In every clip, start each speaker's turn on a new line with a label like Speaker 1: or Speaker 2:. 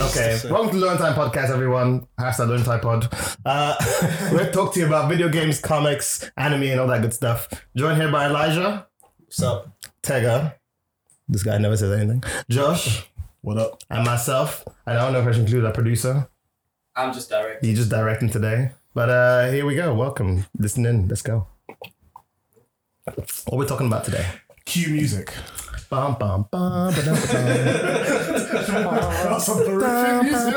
Speaker 1: Okay, welcome to Learn Time Podcast, everyone. Hashtag Learn Time Pod. Uh, we're talking to you about video games, comics, anime, and all that good stuff. Joined here by Elijah,
Speaker 2: What's up?
Speaker 1: Tega. This guy never says anything. Josh,
Speaker 2: What up?
Speaker 1: and myself. And I don't know if I should include our producer.
Speaker 3: I'm just direct.
Speaker 1: You just directing today. But uh, here we go. Welcome. Listen in. Let's go. What we're talking about today?
Speaker 2: Cue music.
Speaker 1: Bum, bum, bum, ba-dum, ba-dum.
Speaker 2: That's some horrific music.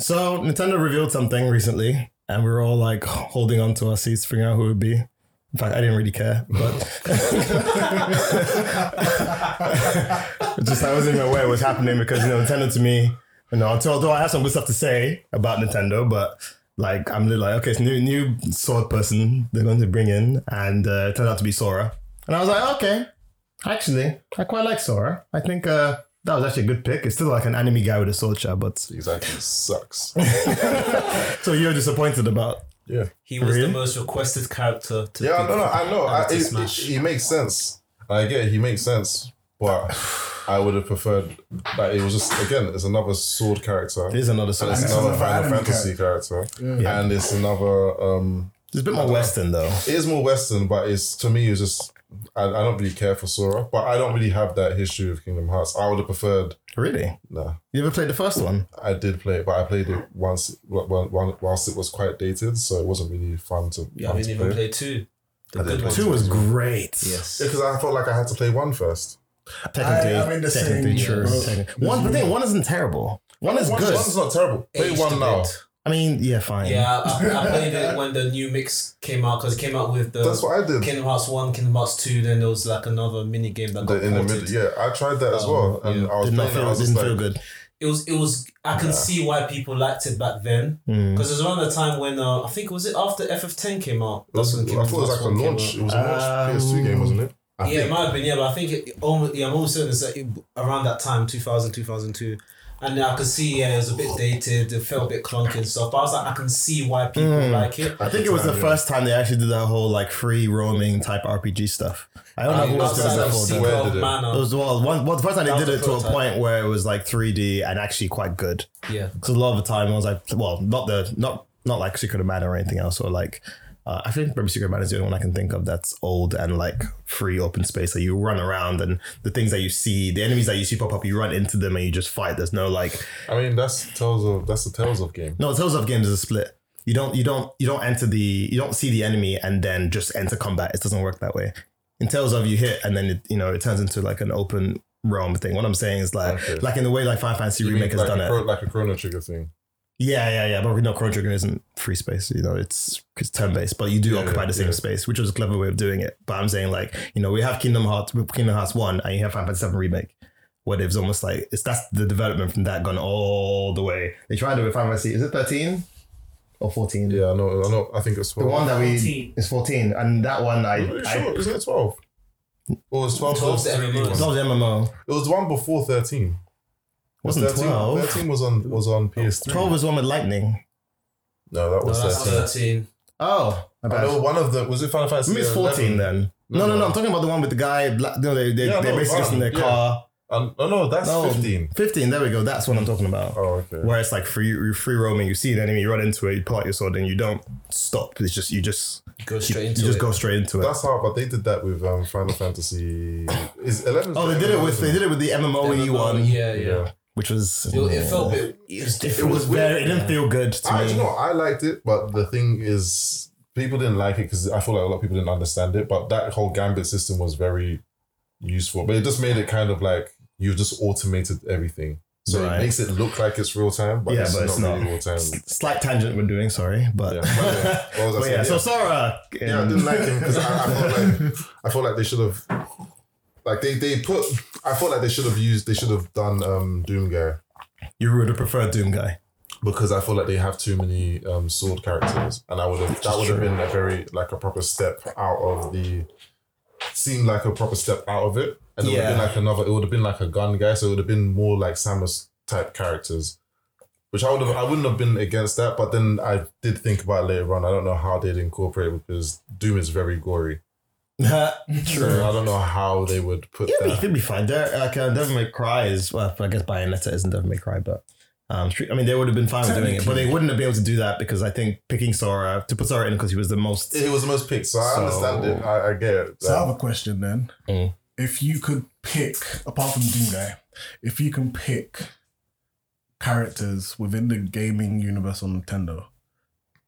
Speaker 1: So Nintendo revealed something recently, and we were all like holding on to our seats, figuring out who it would be. In fact, I didn't really care, but just I wasn't even aware what was happening because you know Nintendo to me, you know, although, although I have some good stuff to say about Nintendo, but like I'm literally like, okay, it's new new sword person they're going to bring in, and uh, it turned out to be Sora, and I was like, okay, actually, I quite like Sora. I think uh, that was actually a good pick. It's still like an anime guy with a sword shot, but
Speaker 2: Exactly. Sucks.
Speaker 1: so you're disappointed about
Speaker 2: Yeah.
Speaker 3: He was
Speaker 1: Really?
Speaker 3: the most requested character to
Speaker 2: Yeah,
Speaker 3: pick
Speaker 2: no, no, I know.
Speaker 3: and
Speaker 2: I,
Speaker 3: to
Speaker 2: it, it,
Speaker 3: smash.
Speaker 2: he makes sense. I get it, he makes sense. But I would have preferred that it was just, again, it's another sword character.
Speaker 1: It is another sort of
Speaker 2: It's
Speaker 1: sound.
Speaker 2: another Final Fantasy character. And it's another, um,
Speaker 1: It's a bit more Western though.
Speaker 2: it is more Western, but it's, to me, it's just, I, I don't really care for Sora. But I don't really have that history of Kingdom Hearts. I would have preferred,
Speaker 1: Really?
Speaker 2: nah.
Speaker 1: You ever played the first one?
Speaker 2: I did play it, but I played it once wh- wh- wh- whilst it was quite dated, so it wasn't really fun to.
Speaker 3: Yeah, I
Speaker 2: fun to
Speaker 3: didn't even
Speaker 2: play.
Speaker 3: play two. The
Speaker 2: I didn't
Speaker 3: good
Speaker 2: play
Speaker 3: one.
Speaker 2: two.
Speaker 1: was great.
Speaker 3: Yes.
Speaker 2: Because I felt like I had to play one first.
Speaker 1: Technically,
Speaker 4: I- I'm in the same
Speaker 1: technically true.
Speaker 4: boat.
Speaker 1: Technically. One, the thing, one isn't terrible. One is
Speaker 2: One-
Speaker 1: good.
Speaker 2: One's not terrible. Play
Speaker 3: Aged a
Speaker 2: one now.
Speaker 3: bit.
Speaker 1: I mean, yeah, fine.
Speaker 3: Yeah, I, I played it when the new mix came out because it came out with the
Speaker 2: That's what I did.
Speaker 3: Kingdom Hearts 1, Kingdom Hearts 2, then there was like another mini game that got
Speaker 2: The- in the
Speaker 3: ported.
Speaker 2: middle, yeah, I tried that as
Speaker 3: Um,
Speaker 2: well, and
Speaker 3: yeah.
Speaker 2: I was
Speaker 1: Did not
Speaker 2: playing. it, I
Speaker 1: feel,
Speaker 2: was
Speaker 1: didn't
Speaker 2: just
Speaker 1: feel
Speaker 2: like,
Speaker 1: good.
Speaker 3: It was, it was, I can
Speaker 2: Yeah.
Speaker 3: see why people liked it back then
Speaker 1: Mm.
Speaker 3: because it was around the time when, uh, I think, was it after FF10 came out?
Speaker 2: it was, I
Speaker 3: Kingdom
Speaker 2: thought it was
Speaker 3: Hearts
Speaker 2: like a
Speaker 3: 1 came
Speaker 2: launch.
Speaker 3: out.
Speaker 2: It was a launch
Speaker 1: Um,
Speaker 2: PS2 game, wasn't it? I
Speaker 3: yeah, it
Speaker 2: think.
Speaker 3: might have been, yeah, but I think it, almost, yeah, I'm almost certain it's like it- around that time, 2000, 2002. And I could see, yeah, it was a bit dated, it felt a bit clunky and stuff, but I was like, I can see why people
Speaker 1: Mm.
Speaker 3: like it.
Speaker 1: I think it was the
Speaker 2: Yeah.
Speaker 1: first time they actually did that whole like free roaming type RPG stuff. I don't know
Speaker 3: I
Speaker 1: who
Speaker 3: mean,
Speaker 1: else did
Speaker 3: outside
Speaker 1: that
Speaker 3: of
Speaker 1: before.
Speaker 3: Secret
Speaker 1: though.
Speaker 2: Where
Speaker 3: of
Speaker 2: did it-
Speaker 1: It
Speaker 3: Mana.
Speaker 1: was well, one, well, the first time
Speaker 3: That
Speaker 1: they
Speaker 3: was
Speaker 1: did
Speaker 3: the
Speaker 1: it to a
Speaker 3: prototype.
Speaker 1: point where it was like 3D and actually quite good.
Speaker 3: Yeah.
Speaker 1: Because a lot of the time I was like, well, not the not not like Secret of Mana or anything else, or like uh, I think probably Secret of Mana is the only one I can think of that's old and like free open space that you run around and the things that you see, the enemies that you see pop up, you run into them and you just fight. There's no like
Speaker 2: I mean, that's Tales of that's the Tales of game.
Speaker 1: no Tales of Games is a split. You don't you don't you don't enter the you don't see the enemy and then just enter combat. It doesn't work that way. In Tales of you hit and then it, you know it turns into like an open realm thing. What I'm saying is like
Speaker 2: Okay.
Speaker 1: like in the way like Final Fantasy
Speaker 2: You mean
Speaker 1: Remake has
Speaker 2: like
Speaker 1: done
Speaker 2: a
Speaker 1: it.
Speaker 2: Chro- like a Chrono Trigger thing.
Speaker 1: Yeah, yeah, yeah. But no, Chrono Trigger isn't free space. You know, it's it's turn based, but you do
Speaker 2: Yeah,
Speaker 1: occupy the same
Speaker 2: yeah.
Speaker 1: space, which was a clever way of doing it. But I'm saying like, you know, we have Kingdom Hearts, Kingdom Hearts One, and you have Final Fantasy Seven Remake, where it's almost like it's that's the development from that gone all the way. They tried it with Final Fantasy. Is it thirteen or fourteen?
Speaker 2: Yeah, I know. I know. I think it's
Speaker 1: The one that we
Speaker 3: 14.
Speaker 1: is fourteen, and that one I,
Speaker 2: Are you
Speaker 1: I
Speaker 2: sure? Isn't it twelve? Or was twelve?
Speaker 3: 12's
Speaker 2: the
Speaker 3: the
Speaker 2: remake
Speaker 3: MMO.
Speaker 2: one?
Speaker 1: it's not the MMO.
Speaker 2: It was the one before thirteen.
Speaker 1: Wasn't
Speaker 2: 13
Speaker 1: twelve?
Speaker 2: 13 was on was on PS3.
Speaker 1: Twelve was the one with lightning.
Speaker 2: No, that
Speaker 3: No,
Speaker 2: was
Speaker 3: that's
Speaker 2: 13.
Speaker 3: 13.
Speaker 1: Oh, my
Speaker 2: I
Speaker 1: bad.
Speaker 2: know one of the was it Final Fantasy.
Speaker 1: Maybe it's 14
Speaker 2: 11?
Speaker 1: then. No, no, no. I'm talking about the one with the guy. Black, no, they they
Speaker 2: Yeah,
Speaker 1: they're
Speaker 2: no,
Speaker 1: basically just in their
Speaker 2: um, yeah.
Speaker 1: car.
Speaker 2: Um, no, no, that's
Speaker 1: No.
Speaker 2: fifteen.
Speaker 1: 15, there we go. That's what I'm talking about.
Speaker 2: Oh, okay.
Speaker 1: Where it's like free you're free roaming, you see an enemy, you run into it, you pull out your sword, and you don't stop. It's just you just
Speaker 3: You go
Speaker 1: you,
Speaker 3: straight
Speaker 1: you
Speaker 3: into
Speaker 1: just
Speaker 3: it.
Speaker 1: go straight into it.
Speaker 2: That's how, but they did that with um, Final Fantasy. Is eleven?
Speaker 1: Oh, they did it with they did it with the MMOE
Speaker 3: MMO,
Speaker 1: E one,
Speaker 3: E, Yeah, yeah.
Speaker 1: which was
Speaker 3: It, it felt a bit. It was
Speaker 1: It
Speaker 3: different.
Speaker 1: was very. It didn't
Speaker 3: Yeah.
Speaker 1: feel good to
Speaker 2: I,
Speaker 1: me.
Speaker 2: you know, I liked it, but the thing is, people didn't like it because I feel like a lot of people didn't understand it. But that whole gambit system was very useful, but it just made it kind of like you've just automated everything, so
Speaker 1: Right.
Speaker 2: it makes it look like it's real time, but
Speaker 1: Yeah,
Speaker 2: it's
Speaker 1: but
Speaker 2: not
Speaker 1: it's
Speaker 2: really
Speaker 1: not.
Speaker 2: real time.
Speaker 1: S- Um, Slight tangent we're doing, sorry, but
Speaker 2: Yeah,
Speaker 1: but
Speaker 2: but
Speaker 1: yeah.
Speaker 2: yeah. What was I saying?
Speaker 1: so Sora.
Speaker 2: Yeah, I didn't like him because I, I felt like I felt like they should have, like they they put. I felt like they should have used. They should have done um, Doom Guy
Speaker 1: you would have preferred Doom guy.
Speaker 2: because I feel like they have too many um, sword characters, and I would have that would have been a very like a proper step out of the. Seemed like a proper step out of it, and it would have
Speaker 1: Yeah.
Speaker 2: been like another. It would have been like a gun guy, so it would have been more like Samus type characters. Which I would have, I wouldn't have been against that, but then I did think about it later on. I don't know how they'd incorporate it because Doom is very gory. True. I don't know how they would put
Speaker 1: Yeah, but you
Speaker 2: that.
Speaker 1: could be fine. Der, like, uh, Devil May Cry is, well, I guess Bayonetta isn't Devil May Cry, but um, Street, I mean, they would have been fine with doing it, but they wouldn't have been able to do that because I think picking Sora, to put Sora in because he was the most.
Speaker 2: It was the most picked, so, I
Speaker 1: So-
Speaker 2: understand it. I, I get it.
Speaker 4: So I have a question then.
Speaker 1: Mm.
Speaker 4: If you could pick, apart from Doomguy, if you can pick characters within the gaming universe on Nintendo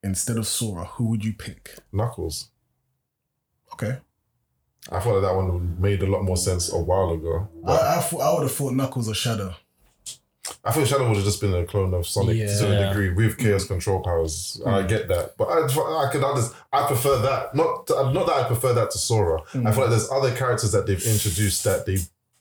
Speaker 4: instead of Sora, who would you pick?
Speaker 2: Knuckles.
Speaker 4: Okay,
Speaker 2: I thought that one made a lot more sense a while ago. But
Speaker 4: I, I, thought, I would have thought Knuckles or Shadow.
Speaker 2: I feel Shadow would have just been a clone of Sonic to a
Speaker 1: Yeah. Hmm.
Speaker 2: degree with chaos control powers. I get that, but I, I could under, I prefer that. Not not that I prefer that to Sora.
Speaker 1: Hmm.
Speaker 2: I feel like there's other characters that they've introduced that they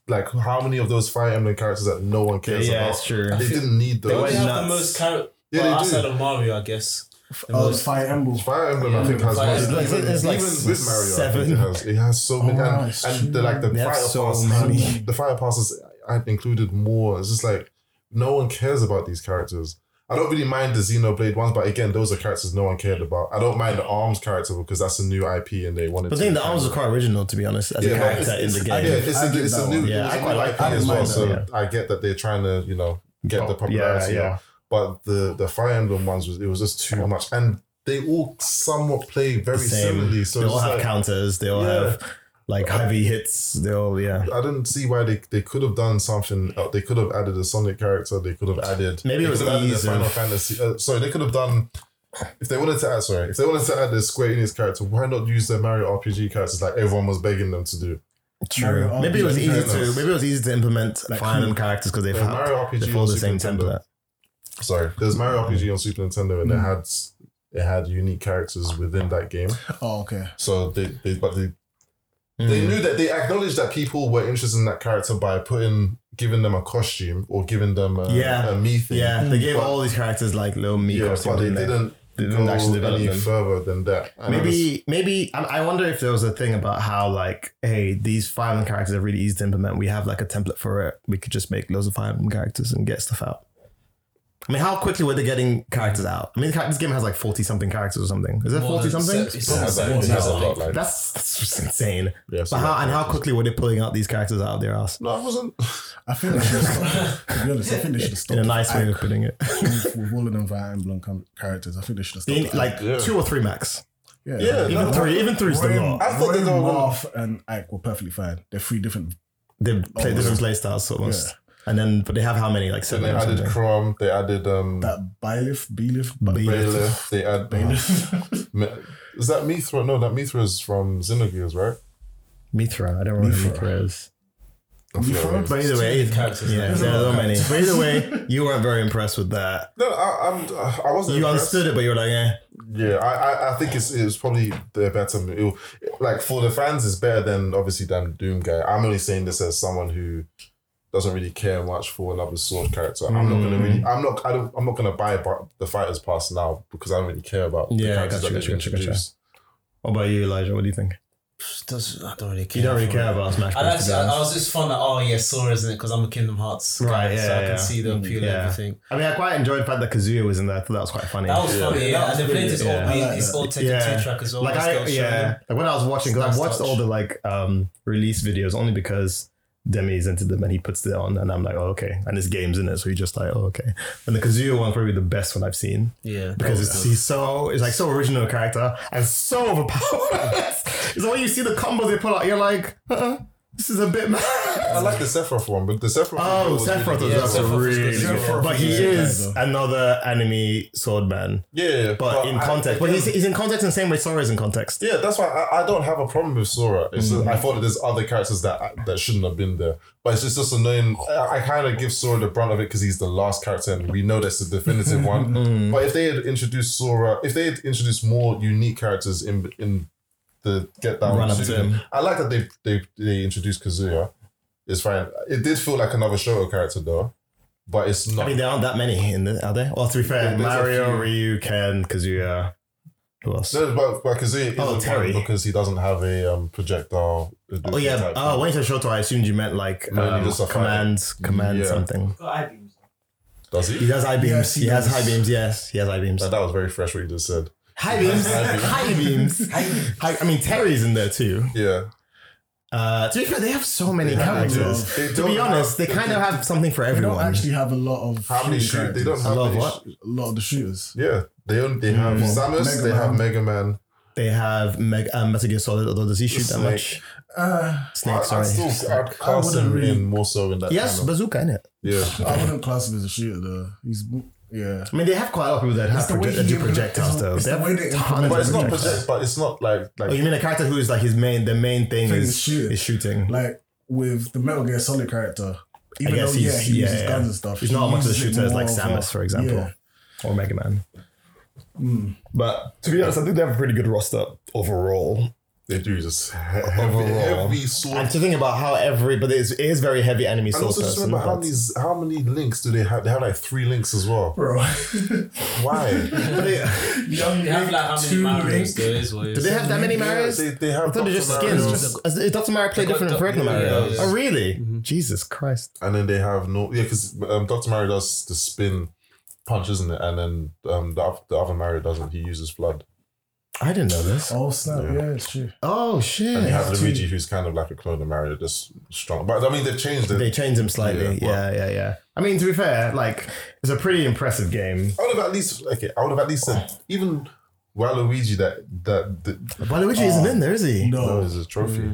Speaker 2: like. How many of those Fire Emblem characters that no one cares
Speaker 1: yeah,
Speaker 2: about?
Speaker 1: it's true.
Speaker 2: They didn't need
Speaker 3: They
Speaker 2: those.
Speaker 1: went
Speaker 3: have
Speaker 1: nuts.
Speaker 3: the most character
Speaker 2: Yeah,
Speaker 3: well,
Speaker 2: they do.
Speaker 3: outside of Mario, I guess. The
Speaker 4: Oh,
Speaker 3: most-
Speaker 4: it's Fire Emblem.
Speaker 2: Fire Emblem, I think, has
Speaker 3: Fire
Speaker 2: most.
Speaker 3: Emblem.
Speaker 2: Even,
Speaker 1: It's like- it's like
Speaker 2: even with Mario, I think
Speaker 1: seven.
Speaker 2: it has, it has so many,
Speaker 4: Oh,
Speaker 2: and,
Speaker 4: it's
Speaker 2: and the, like the
Speaker 1: They
Speaker 2: fire
Speaker 1: have so
Speaker 2: passes,
Speaker 1: many.
Speaker 2: the fire passes, I included more. It's just like no one cares about these characters. I don't really mind the Xenoblade ones, but again, those are characters no one cared about. I don't mind the Arms character because that's a new IP and they wanted.
Speaker 1: But I
Speaker 2: to
Speaker 1: think the arms are quite original, to be honest, as a
Speaker 2: but
Speaker 1: character
Speaker 2: it's-
Speaker 1: in the
Speaker 2: it's-
Speaker 1: game.
Speaker 2: Yeah, it's,
Speaker 4: I
Speaker 2: a,
Speaker 4: get
Speaker 2: it's a
Speaker 4: that
Speaker 2: new,
Speaker 4: one.
Speaker 2: it's
Speaker 1: Yeah,
Speaker 2: a
Speaker 1: I
Speaker 2: new
Speaker 1: quite like-
Speaker 2: IP
Speaker 4: I
Speaker 2: as
Speaker 4: didn't
Speaker 2: well.
Speaker 4: mind that,
Speaker 2: so
Speaker 1: yeah.
Speaker 2: I get that they're trying to, you know, get the popularity.
Speaker 1: Yeah, yeah.
Speaker 2: But the the Fire Emblem ones was it was just too much, and they all somewhat play very
Speaker 1: Same.
Speaker 2: similarly. So
Speaker 1: they
Speaker 2: it's
Speaker 1: all
Speaker 2: just
Speaker 1: have
Speaker 2: like,
Speaker 1: counters. They all
Speaker 2: Yeah.
Speaker 1: have like heavy hits. They all yeah.
Speaker 2: I didn't see why they, they could have done something. Uh, they could have added a Sonic character. They could have added
Speaker 1: Maybe it
Speaker 2: they
Speaker 1: was
Speaker 2: could have added a
Speaker 1: ease
Speaker 2: Final
Speaker 1: of-
Speaker 2: Fantasy. Uh, sorry, they could have done. If they wanted to add, sorry, if they wanted to add the Square Enix character, why not use their Mario RPG characters like everyone was begging them to do?
Speaker 1: True.
Speaker 4: Mario
Speaker 1: maybe it was
Speaker 4: RPG.
Speaker 1: easy
Speaker 2: Fair
Speaker 1: to
Speaker 2: enough.
Speaker 1: maybe it was easy to implement
Speaker 4: Like,
Speaker 1: Fire Emblem
Speaker 4: hmm.
Speaker 1: characters because they've
Speaker 2: Yeah,
Speaker 1: had
Speaker 2: Mario RPG
Speaker 1: they follow
Speaker 2: on
Speaker 1: the
Speaker 2: Super
Speaker 1: same
Speaker 2: Nintendo.
Speaker 1: template.
Speaker 2: Sorry, there's Mario RPG on Super Nintendo,
Speaker 1: Hmm.
Speaker 2: and it had it had unique characters within that game.
Speaker 4: Oh, okay.
Speaker 2: So they, they but they
Speaker 1: Hmm.
Speaker 2: They knew that they acknowledged that people were interested in that character by putting, giving them a costume or giving them a,
Speaker 1: Yeah.
Speaker 2: a me thing.
Speaker 1: Yeah, they gave
Speaker 2: But-
Speaker 1: all these characters like little me
Speaker 2: Hmm. yeah, but
Speaker 1: costumes.
Speaker 2: they
Speaker 1: didn't they?
Speaker 2: didn't,
Speaker 1: They didn't
Speaker 2: go
Speaker 1: actually develop
Speaker 2: any
Speaker 1: them.
Speaker 2: further than that. And I just-
Speaker 1: Maybe, maybe I I wonder if there was a thing about how like, hey, these Fire Emblem characters are really easy to implement. We have like a template for it. We could just make loads of Fire Emblem characters and get stuff out. I mean, how quickly were they getting characters out? I mean, this game has like forty something characters or something. Is it
Speaker 3: More
Speaker 1: forty
Speaker 3: than
Speaker 1: something?
Speaker 3: se-
Speaker 2: it has
Speaker 3: Yeah,
Speaker 2: that- it has a
Speaker 3: yeah.
Speaker 2: lot like
Speaker 1: That's, that's just insane.
Speaker 2: yeah, so
Speaker 1: But how
Speaker 2: that-
Speaker 1: and how quickly were they pulling out these characters out of their ass?
Speaker 2: No, I wasn't.
Speaker 4: I think they should have stopped. To be honest, I think they should have stopped.
Speaker 1: In a nice way of
Speaker 4: with,
Speaker 1: putting it,
Speaker 4: with all of them Fire Emblem com- characters. I think they should have stopped.
Speaker 1: In,
Speaker 4: at
Speaker 1: like
Speaker 2: Yeah.
Speaker 1: two or three max,
Speaker 4: Yeah,
Speaker 2: Yeah,
Speaker 4: like,
Speaker 2: no,
Speaker 1: even three, even three's the
Speaker 4: Roy,
Speaker 1: lot.
Speaker 2: I thought
Speaker 4: Roy
Speaker 2: they were-
Speaker 4: Marth and Ike were perfectly fine. They're three different.
Speaker 1: They play
Speaker 4: yeah.
Speaker 1: different play styles almost, and then but they have how many like
Speaker 2: So
Speaker 1: seven
Speaker 2: they
Speaker 1: or
Speaker 2: added
Speaker 1: something.
Speaker 2: Crom, they added um,
Speaker 4: That Bailiff, Bailiff,
Speaker 1: Bailiff.
Speaker 2: Bailiff, they add
Speaker 4: Bailiff.
Speaker 2: Me- Is that Mithra? No, that Mithra is from Xenogears, right?
Speaker 1: Mithra, I don't remember who
Speaker 4: Mithra.
Speaker 1: Mithra is.
Speaker 2: I forget
Speaker 4: Mithra?
Speaker 2: what it is.
Speaker 1: But either way,
Speaker 3: many characters,
Speaker 1: yeah,
Speaker 3: man.
Speaker 1: there are so many. But either way, you weren't very impressed with that.
Speaker 2: No, I, I'm. I wasn't.
Speaker 1: You
Speaker 2: impressed.
Speaker 1: understood it, but you were like, eh.
Speaker 2: Yeah, I, I, I think it's it's probably the better it'll- like for the fans it's better than obviously than Doom guy. I'm only saying this as someone who doesn't really care much for another sword character. I'm not gonna
Speaker 1: Mm.
Speaker 2: really I'm not I don't I'm not gonna buy bu- the fighters pass now because I don't really care about the
Speaker 1: Yeah,
Speaker 2: characters
Speaker 1: gotcha,
Speaker 2: that they've
Speaker 1: gotcha, gotcha,
Speaker 2: introduced.
Speaker 1: What about you, Elijah? What do you think?
Speaker 3: Does- I don't really care.
Speaker 1: You don't really
Speaker 3: for
Speaker 1: care
Speaker 3: it.
Speaker 1: about Smash
Speaker 3: I,
Speaker 1: Bros.
Speaker 3: like
Speaker 1: to be
Speaker 3: to, I, I
Speaker 1: honest.
Speaker 3: was just fond that oh yeah, Sora isn't it? Because I'm a Kingdom Hearts guy,
Speaker 1: Right, yeah,
Speaker 3: so I can
Speaker 1: yeah. Mm,
Speaker 3: see the appeal and
Speaker 1: yeah.
Speaker 3: everything.
Speaker 1: I mean, I quite enjoyed the fact that Kazuya was in there. I thought that was quite funny.
Speaker 3: That was
Speaker 2: Yeah.
Speaker 3: funny, yeah.
Speaker 4: Yeah,
Speaker 3: and they played
Speaker 4: that
Speaker 3: his
Speaker 1: was
Speaker 3: old,
Speaker 1: brilliant.
Speaker 4: Yeah.
Speaker 3: his old Tekken
Speaker 1: Yeah.
Speaker 3: two track as well.
Speaker 1: like
Speaker 3: that's
Speaker 1: I,
Speaker 3: got
Speaker 1: yeah,
Speaker 3: shown.
Speaker 1: like when I was watching, because
Speaker 3: Nice
Speaker 1: I've watched
Speaker 3: touch.
Speaker 1: all the like um release videos only because Demi is into them and he puts it on, and I'm like, oh okay, and his game's in it, so you're just like, oh okay. And the Kazuya one probably the best one I've seen
Speaker 3: Oh, yeah,
Speaker 1: because it's he's so it's like so original a character and so overpowered. it's like when you see the combos they pull out, you're like, uh-uh, this is a bit
Speaker 2: I
Speaker 1: mad.
Speaker 2: like the Sephiroth one, but the Sephiroth one
Speaker 1: Oh,
Speaker 2: was really
Speaker 1: Sephiroth
Speaker 2: good.
Speaker 1: was
Speaker 3: Yeah,
Speaker 1: also
Speaker 3: Sephiroth was
Speaker 1: really
Speaker 3: good.
Speaker 1: good.
Speaker 4: Sephiroth
Speaker 1: But he
Speaker 4: was really
Speaker 1: is
Speaker 4: good.
Speaker 1: another enemy swordman.
Speaker 2: yeah,
Speaker 1: But, in
Speaker 2: I-
Speaker 1: context, but he's, he's in context in the same way Sora is in context.
Speaker 2: Yeah, that's why I, I don't have a problem with Sora. It's just,
Speaker 1: Mm.
Speaker 2: I thought that there's other characters that that shouldn't have been there, but it's just, just annoying. I, I kind of give Sora the brunt of it because he's the last character, and we know that's the definitive one.
Speaker 1: Mm.
Speaker 2: But if they had introduced Sora, if they had introduced more unique characters in in the Get Down
Speaker 1: Run up to him.
Speaker 2: I like that they they they introduced Kazuya. It's fine. It did feel like another Shoto character though, but it's not.
Speaker 1: I mean, there aren't that many in the, are there? Well, to be fair,
Speaker 2: There's a
Speaker 1: Mario,
Speaker 2: few.
Speaker 1: Ryu, Ken, Kazuya. Who else?
Speaker 2: no, but, but Kazuya isn't
Speaker 1: Oh,
Speaker 2: one
Speaker 1: Terry.
Speaker 2: because he doesn't have a um, projectile.
Speaker 1: oh yeah. Oh, when you said Shoto, I assumed you meant like
Speaker 2: No,
Speaker 1: um,
Speaker 2: he was a fighter.
Speaker 1: command, command
Speaker 2: Yeah.
Speaker 1: something.
Speaker 2: does he?
Speaker 1: He has high beams.
Speaker 4: Yes,
Speaker 1: he,
Speaker 4: he
Speaker 1: has
Speaker 4: does.
Speaker 1: high beams. Yes, he has high beams.
Speaker 2: That, that was very fresh what you just said.
Speaker 1: High beams.
Speaker 2: High beams.
Speaker 1: High beams. High, I mean, Terry's in there too.
Speaker 2: Yeah.
Speaker 1: Uh, to be fair, they have so many
Speaker 2: They have
Speaker 1: characters.
Speaker 2: those. They
Speaker 1: To
Speaker 2: don't
Speaker 1: be
Speaker 2: have-
Speaker 1: honest, they kind of have something for
Speaker 4: They
Speaker 1: everyone.
Speaker 4: don't actually have a lot of
Speaker 2: How many
Speaker 4: shooting
Speaker 2: shoot? They don't
Speaker 4: characters.
Speaker 2: have
Speaker 1: Love
Speaker 2: many
Speaker 1: what?
Speaker 2: shoot-
Speaker 4: a lot of the shooters.
Speaker 2: Yeah. They don't, they have
Speaker 1: Mm.
Speaker 2: Samus,
Speaker 4: Mega
Speaker 2: they
Speaker 4: Man.
Speaker 2: have Mega Man.
Speaker 1: They have Meg, um, Metal Gear Solid, although does he shoot that
Speaker 2: Snake.
Speaker 1: much?
Speaker 4: Uh,
Speaker 1: Snake,
Speaker 2: I,
Speaker 1: sorry.
Speaker 2: I'd still I'd
Speaker 4: I
Speaker 2: cast
Speaker 4: wouldn't
Speaker 2: him
Speaker 4: really-
Speaker 2: in more so in that
Speaker 1: Yes,
Speaker 2: kind of-
Speaker 1: bazooka in it.
Speaker 2: yeah.
Speaker 4: I wouldn't class him as a shooter though. He's yeah.
Speaker 1: I mean, they have quite a lot of people that have
Speaker 4: the way
Speaker 1: proje-
Speaker 4: he
Speaker 1: do
Speaker 4: implement-
Speaker 1: projectiles
Speaker 4: it's the-
Speaker 1: though.
Speaker 4: it's
Speaker 1: They
Speaker 4: the
Speaker 1: have
Speaker 4: way they
Speaker 1: tons
Speaker 4: implement
Speaker 1: of
Speaker 2: But it's not
Speaker 1: projectiles.
Speaker 2: project, but it's not like like
Speaker 1: Oh, you mean a character who is like his main, the main thing
Speaker 4: Thing
Speaker 1: is,
Speaker 4: is shooting.
Speaker 1: is shooting.
Speaker 4: Like with the Metal Gear Solid character, even
Speaker 1: guess
Speaker 4: though yeah
Speaker 1: he's-
Speaker 4: he
Speaker 1: yeah,
Speaker 4: uses
Speaker 1: yeah.
Speaker 4: guns and stuff,
Speaker 1: He's
Speaker 4: he
Speaker 1: not much of a
Speaker 4: uses it
Speaker 1: shooter as like
Speaker 4: more of a-
Speaker 1: Samus, for example,
Speaker 4: yeah.
Speaker 1: or Mega Man.
Speaker 4: Mm.
Speaker 1: But to be honest, I think they have a pretty good roster overall.
Speaker 2: they do just he- heavy,
Speaker 1: Overall.
Speaker 2: heavy sword.
Speaker 1: And to think about how every, but it is, it is very heavy enemy
Speaker 2: And
Speaker 1: source
Speaker 2: also just
Speaker 1: person.
Speaker 2: remember how
Speaker 1: but-
Speaker 2: many how many links do they have? They have like three links as well.
Speaker 4: Bro,
Speaker 2: Why?
Speaker 1: But they-
Speaker 4: young
Speaker 3: They have
Speaker 4: Link,
Speaker 3: like how many
Speaker 4: two
Speaker 3: Mario's
Speaker 4: Link.
Speaker 3: there is what
Speaker 1: do they have that many
Speaker 2: Yeah,
Speaker 1: Marios?
Speaker 2: they, they have
Speaker 1: I thought they're just
Speaker 2: Dr.
Speaker 1: skins.
Speaker 2: Mario,
Speaker 1: Just, as- is Dr. Mario play
Speaker 3: They've got
Speaker 1: different from
Speaker 3: Doc-
Speaker 1: regular Mario?
Speaker 3: yeah, yeah.
Speaker 1: Oh, really? Jesus Christ.
Speaker 2: and then they have no yeah because um, Doctor Mario does the spin punches in it, and then um, the, oth- the other Mario doesn't. He uses flood.
Speaker 1: I didn't know this.
Speaker 4: Oh snap!
Speaker 2: Yeah.
Speaker 4: Yeah, it's true.
Speaker 1: Oh,
Speaker 2: And they
Speaker 1: shit.
Speaker 2: have Luigi, who's kind of like a clone of Mario, just strong. But I mean, they've changed it.
Speaker 1: They changed him slightly. Yeah,
Speaker 2: Yeah,
Speaker 1: yeah, yeah. I mean, to be fair, like, it's a pretty impressive game.
Speaker 2: I would have at least okay. I would have at least said even Waluigi that that, that
Speaker 1: Waluigi isn't in there, is he?
Speaker 2: that
Speaker 4: No, Mm.
Speaker 2: was a trophy.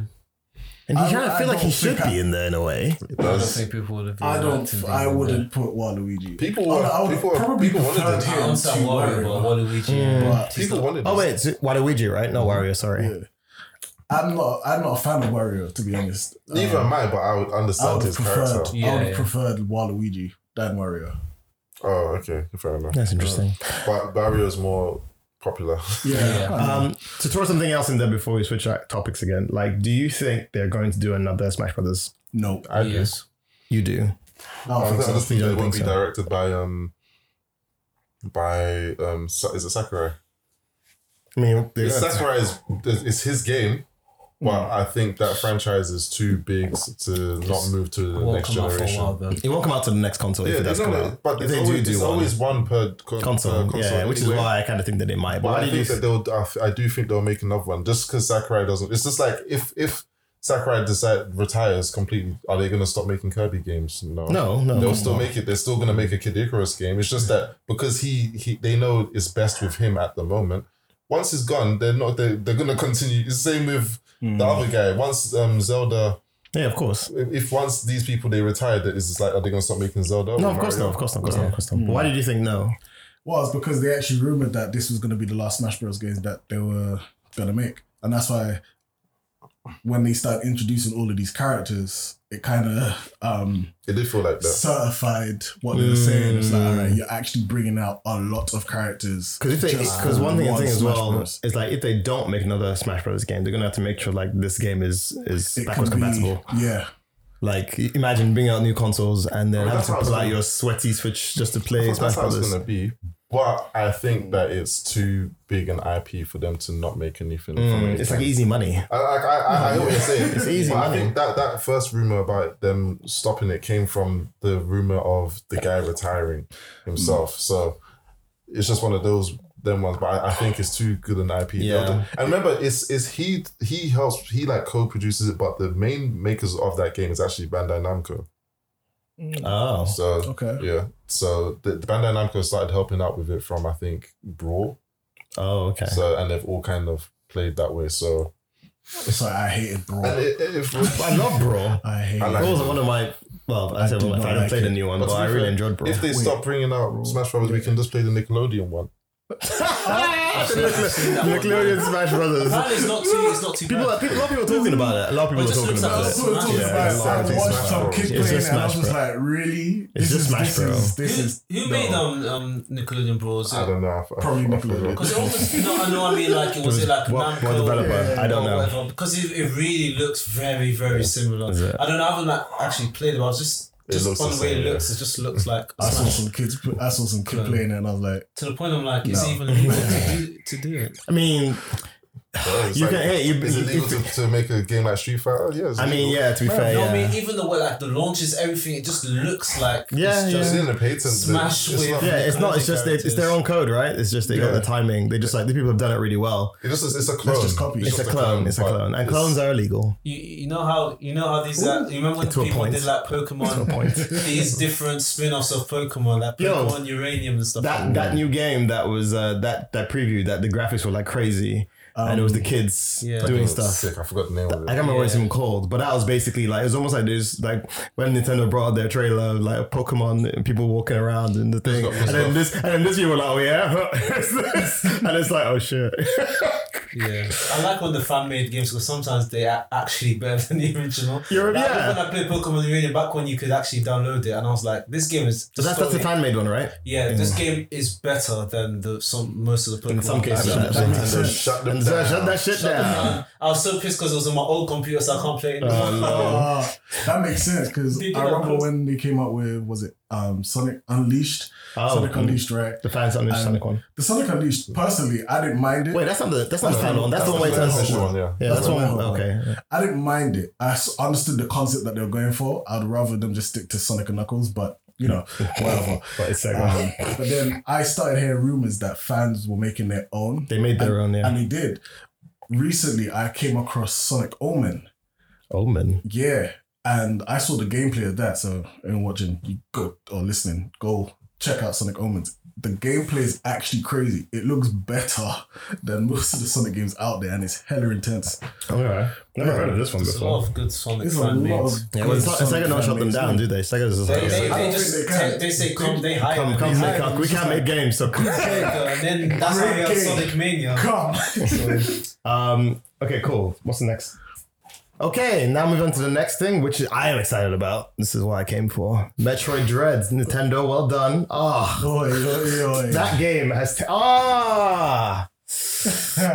Speaker 1: And he
Speaker 4: I-
Speaker 1: kind of
Speaker 4: I
Speaker 1: feel like he
Speaker 4: don't
Speaker 1: should
Speaker 4: think I-
Speaker 1: be in there in a way.
Speaker 3: I don't
Speaker 2: That's-
Speaker 3: think people would have.
Speaker 4: I don't.
Speaker 3: been
Speaker 4: I
Speaker 3: in there.
Speaker 4: wouldn't put Waluigi.
Speaker 2: People
Speaker 4: I
Speaker 2: were-
Speaker 4: would- I would
Speaker 2: people were-
Speaker 4: probably
Speaker 2: people wanted
Speaker 4: prefer
Speaker 2: it.
Speaker 3: I
Speaker 4: him
Speaker 3: understand
Speaker 4: to
Speaker 3: worry
Speaker 4: Wario.
Speaker 3: about Waluigi.
Speaker 1: Mm.
Speaker 3: but he's
Speaker 2: People
Speaker 3: not-
Speaker 2: wanted.
Speaker 1: Oh
Speaker 2: this.
Speaker 1: wait, so Waluigi, right? Not Wario. Sorry.
Speaker 4: Yeah. I'm not. I'm not a fan of Wario, to be honest.
Speaker 2: Neither
Speaker 4: Um,
Speaker 2: am I, but I would
Speaker 4: I
Speaker 2: understand
Speaker 4: would have
Speaker 2: his character.
Speaker 4: preferred. I
Speaker 3: Yeah,
Speaker 4: would have
Speaker 3: yeah.
Speaker 4: preferred Waluigi than Wario.
Speaker 2: Oh, okay, fair enough.
Speaker 1: That's interesting.
Speaker 2: But Barrio's more popular.
Speaker 4: Yeah.
Speaker 3: Yeah.
Speaker 1: Um, to throw something else in there before we switch our topics again, like, do you think they're going to do another Smash Brothers?
Speaker 4: no,
Speaker 2: I do.
Speaker 3: Yes.
Speaker 1: You do.
Speaker 4: I don't
Speaker 2: I,
Speaker 4: think
Speaker 2: think, I
Speaker 4: so.
Speaker 2: just think
Speaker 1: You
Speaker 2: it
Speaker 1: don't
Speaker 2: won't be
Speaker 1: think so?
Speaker 2: directed by um by um Sa- is it Sakurai?
Speaker 1: I mean, they're
Speaker 2: Yeah,
Speaker 1: gonna-
Speaker 2: Sakurai is it's his game. But
Speaker 1: Hmm.
Speaker 2: I think that franchise is too big s- to not
Speaker 3: It's-
Speaker 2: move to the
Speaker 3: Won't
Speaker 2: next
Speaker 3: come out for a while
Speaker 2: generation.
Speaker 3: though.
Speaker 1: it won't come out to the next console
Speaker 2: Yeah,
Speaker 1: if it
Speaker 2: they
Speaker 1: does
Speaker 2: don't
Speaker 1: come
Speaker 2: know,
Speaker 1: out.
Speaker 2: but
Speaker 1: if
Speaker 2: it's
Speaker 1: they
Speaker 2: always,
Speaker 1: do do
Speaker 2: it's
Speaker 1: one
Speaker 2: always one per con-
Speaker 1: console,
Speaker 2: uh, console
Speaker 1: yeah, which is
Speaker 2: anyway.
Speaker 1: why I kind of think that they might.
Speaker 2: But
Speaker 1: Why
Speaker 2: I
Speaker 1: do you
Speaker 2: think that they'll. I f- I do think they'll make another one just because Sakurai doesn't. It's just like if if Sakurai decide retires completely, are they going to stop making Kirby games? No,
Speaker 1: No, no,
Speaker 2: They'll
Speaker 1: no.
Speaker 2: still make it. They're still going to make a Kid Icarus game. It's just that because he, he they know it's best with him at the moment. Once he's gone, they're not. They're, they're going to continue. It's the same with the
Speaker 1: Hmm.
Speaker 2: other guy. Once um Zelda,
Speaker 1: Yeah, of course.
Speaker 2: if if once these people they retired, it's just like are they going to stop making Zelda?
Speaker 1: No,
Speaker 2: or
Speaker 1: of course
Speaker 2: Mario?
Speaker 1: not. Of course not. Of course not. Of course not. But Why did you think no?
Speaker 4: Well, it's because they actually rumored that this was going to be the last Smash Bros. games that they were going to make, and that's why when they start introducing all of these characters, it kind of um,
Speaker 2: It did feel like that.
Speaker 4: certified what they were saying. It's like, all right, you're actually bringing out a lot of characters.
Speaker 1: Because if they,
Speaker 4: just
Speaker 1: because
Speaker 4: for
Speaker 1: one thing, thing as
Speaker 4: Smash
Speaker 1: well
Speaker 4: Bros.
Speaker 1: is like if they don't make another Smash Brothers game, they're gonna have to make sure like this game is is
Speaker 4: it
Speaker 1: backwards
Speaker 4: could be-
Speaker 1: compatible.
Speaker 4: Yeah,
Speaker 1: Like imagine bringing out new consoles and then having
Speaker 2: Well, Oh, that's
Speaker 1: to
Speaker 2: how it's
Speaker 1: pull out
Speaker 2: gonna-
Speaker 1: your sweaty Switch just to play
Speaker 2: That's
Speaker 1: Smash
Speaker 2: how it's
Speaker 1: Brothers.
Speaker 2: gonna be. But I think that it's too big an IP for them to not make anything. from
Speaker 1: Mm,
Speaker 2: it.
Speaker 1: it's like easy money.
Speaker 2: I, I, I, I, I hear what you're saying.
Speaker 1: It's easy
Speaker 2: But I
Speaker 1: money.
Speaker 2: think that, that first rumor about them stopping it came from the rumor of the guy retiring himself.
Speaker 1: Mm.
Speaker 2: So it's just one of those them ones. But I, I think it's too good an IP.
Speaker 1: Yeah.
Speaker 2: They'll do- And remember, it's is he he helps he like co-produces it, but the main makers of that game is actually Bandai Namco.
Speaker 1: Oh,
Speaker 2: So
Speaker 4: okay.
Speaker 2: yeah. So the, the Bandai Namco started helping out with it from I think Brawl.
Speaker 1: oh, okay.
Speaker 2: So and they've all kind of played that way. So
Speaker 4: It's like I hated Brawl.
Speaker 2: and it, it, it-
Speaker 1: I love Brawl.
Speaker 4: I hate
Speaker 2: I like-
Speaker 1: Brawl's one of my well, I,
Speaker 4: I
Speaker 1: said
Speaker 4: do
Speaker 1: one of my- I haven't
Speaker 4: not like
Speaker 1: played
Speaker 4: it.
Speaker 1: a new one,
Speaker 2: But
Speaker 1: but,
Speaker 2: to be
Speaker 1: I really
Speaker 2: fair,
Speaker 1: enjoyed Brawl.
Speaker 2: If they
Speaker 4: Wait.
Speaker 2: stop bringing out Smash Brothers, we can just play the Nickelodeon one.
Speaker 1: Nickelodeon Smash Brothers.
Speaker 3: Apparently, it's not too. It's not too
Speaker 1: People,
Speaker 3: bad.
Speaker 1: are- people, a lot of people are talking about it. A lot of people
Speaker 3: But
Speaker 1: are
Speaker 3: it just
Speaker 1: talking
Speaker 3: looks
Speaker 1: about
Speaker 3: like
Speaker 1: it.
Speaker 3: oh, a
Speaker 4: So it's all
Speaker 1: Yeah,
Speaker 4: about-
Speaker 1: it's not-
Speaker 4: I
Speaker 2: it's
Speaker 4: watched
Speaker 2: Smash
Speaker 4: some
Speaker 2: Bros.
Speaker 4: kid
Speaker 1: It's
Speaker 4: playing
Speaker 1: just
Speaker 4: it, and I
Speaker 1: Smash
Speaker 4: was just
Speaker 1: Bros.
Speaker 4: like, really?
Speaker 1: It's just Smash
Speaker 4: this
Speaker 1: Bro.
Speaker 4: Is, this
Speaker 3: Who,
Speaker 4: is
Speaker 3: who
Speaker 4: no.
Speaker 3: made um, um Nickelodeon Bros?
Speaker 2: I don't know. I, I,
Speaker 4: Probably
Speaker 2: I forgot.
Speaker 4: Nickelodeon.
Speaker 3: Because it almost, you know, I know I mean, like, it was it like
Speaker 1: What,
Speaker 3: Namco?
Speaker 1: what developer?
Speaker 4: yeah,
Speaker 1: I don't
Speaker 3: or
Speaker 1: know.
Speaker 3: whatever, Because it, it really looks very, very similar.
Speaker 1: Is it?
Speaker 3: I don't know, I haven't like, actually played it, but I was just,
Speaker 2: It
Speaker 3: just
Speaker 2: looks
Speaker 3: on
Speaker 2: the
Speaker 3: the way
Speaker 2: same,
Speaker 3: it looks, it just looks like
Speaker 4: I saw
Speaker 3: Smash.
Speaker 4: some kids. I saw some kid
Speaker 3: Clone.
Speaker 4: playing it, and I was like,
Speaker 3: To the point I'm like, is
Speaker 4: No.
Speaker 3: it even legal to do, to do it?
Speaker 1: I mean,
Speaker 2: So it's
Speaker 1: You
Speaker 2: like,
Speaker 1: can- hey, you-
Speaker 2: is it
Speaker 1: you-
Speaker 2: legal
Speaker 1: you-
Speaker 2: to, to make a game like Street Fighter? Yeah, it's
Speaker 1: I mean,
Speaker 2: legal.
Speaker 1: yeah. To be fair,
Speaker 3: You know
Speaker 1: yeah.
Speaker 3: what I mean? Even the way like the launches, everything, it just looks like
Speaker 1: Yeah,
Speaker 3: it's
Speaker 1: yeah.
Speaker 2: It's
Speaker 3: just
Speaker 2: in the patent.
Speaker 3: Smash
Speaker 2: it's
Speaker 3: with-
Speaker 2: not-
Speaker 1: Yeah, it's not. It's
Speaker 3: Characters.
Speaker 1: just they, it's their own code, right? It's just they got
Speaker 2: Yeah.
Speaker 1: the timing. They just like the people have done it really well.
Speaker 2: It's just it's a clone.
Speaker 4: just copy.
Speaker 1: It's,
Speaker 4: It's
Speaker 1: a clone. It's a clone, and clones are illegal.
Speaker 3: you, you know how you know how these uh, you remember when
Speaker 1: To a
Speaker 3: people
Speaker 1: point.
Speaker 3: did like
Speaker 1: To a
Speaker 3: Pokemon
Speaker 1: point.
Speaker 3: these different spin-offs of Pokemon like
Speaker 1: Yo,
Speaker 3: Pokemon Uranium and stuff
Speaker 1: That
Speaker 3: like
Speaker 1: that new game that was uh, that that preview that the graphics were like crazy, and it was the kids
Speaker 3: Yeah.
Speaker 1: doing stuff.
Speaker 2: Sick. I forgot the name of it.
Speaker 1: I can't remember what it's
Speaker 3: Yeah.
Speaker 1: even called, but that was basically like it was almost like this like when Nintendo brought out their trailer, like Pokemon and people walking around and the thing,
Speaker 2: got
Speaker 1: and
Speaker 2: pissed
Speaker 1: then
Speaker 2: off.
Speaker 1: this and then this people were like, oh yeah, it's this, and it's like oh shit,
Speaker 3: Yeah, I like when the fan made games because sometimes they are actually better than the original.
Speaker 1: You're-
Speaker 3: Like,
Speaker 1: yeah.
Speaker 3: When I played Pokemon Uranium back when you could actually download it, and I was like, this game is.
Speaker 1: so that's that's the
Speaker 3: story-
Speaker 1: fan made one, right?
Speaker 3: Yeah, this game is better than the some most of the Pokemon.
Speaker 1: In some
Speaker 3: games.
Speaker 1: cases,
Speaker 4: that-
Speaker 1: yeah.
Speaker 4: that makes
Speaker 1: Nintendo
Speaker 4: sense.
Speaker 2: Shut them
Speaker 1: And so I
Speaker 2: down.
Speaker 1: shut that shit down.
Speaker 3: Uh, I was so pissed because it was on my old computer, so Oh, I can't play it. anymore.
Speaker 4: Ah, that makes sense because
Speaker 3: Speaking
Speaker 4: I
Speaker 3: of
Speaker 4: remember
Speaker 3: course.
Speaker 4: when they came out with was it um, Sonic Unleashed?
Speaker 1: Oh,
Speaker 4: Sonic Unleashed, right?
Speaker 1: the fans on the
Speaker 4: Um,
Speaker 1: Sonic one.
Speaker 4: The Sonic Unleashed, personally, I didn't mind it.
Speaker 1: Wait, that's not the that's not the fan one. That's the one where it
Speaker 2: the
Speaker 1: turns.
Speaker 2: official
Speaker 1: Yeah,
Speaker 2: one, yeah.
Speaker 1: that's the one.
Speaker 4: Yeah.
Speaker 1: Okay.
Speaker 4: I didn't mind it. I s- understood the concept that they were going for. I'd rather them just stick to Sonic and Knuckles, but you know, whatever.
Speaker 1: But it's second
Speaker 4: Um, but then I started hearing rumors that fans were making their own,
Speaker 1: They made their own, yeah.
Speaker 4: and they did. Recently, I came across Sonic Omen.
Speaker 1: Omen.
Speaker 4: Yeah, and I saw the gameplay of that. So, anyone watching, you go or listening, go check out Sonic Omens. The gameplay is actually crazy. It looks better than most of the Sonic games out there, and it's hella intense.
Speaker 1: Okay. Never heard of this one
Speaker 3: There's a lot of good Sonic
Speaker 4: It's a
Speaker 3: fan
Speaker 4: lot
Speaker 3: mates.
Speaker 4: of
Speaker 1: Yeah,
Speaker 4: good
Speaker 1: well, it's not, it's
Speaker 4: Sonic
Speaker 1: Sega don't
Speaker 4: fan
Speaker 1: shut them
Speaker 4: mates,
Speaker 1: down,
Speaker 4: man.
Speaker 1: do they? Sega is just
Speaker 3: They,
Speaker 1: like,
Speaker 3: they,
Speaker 1: yeah,
Speaker 4: I
Speaker 3: they
Speaker 4: don't
Speaker 3: just
Speaker 4: think they
Speaker 3: they,
Speaker 4: can.
Speaker 3: they say come they hide
Speaker 1: come,
Speaker 3: them.
Speaker 1: come,
Speaker 3: They
Speaker 1: make
Speaker 3: hide
Speaker 1: our-
Speaker 3: them.
Speaker 1: we can't make games, so come.
Speaker 3: and then that's how we have
Speaker 4: Great
Speaker 3: Sonic Mania.
Speaker 4: Come.
Speaker 1: Um, okay, cool. What's the next? Okay, now move on to the next thing, which I am excited about. This is what I came for. Metroid Dreads, Nintendo, well done. Ah,
Speaker 4: Oi, oi, oi.
Speaker 1: that game has t- ah.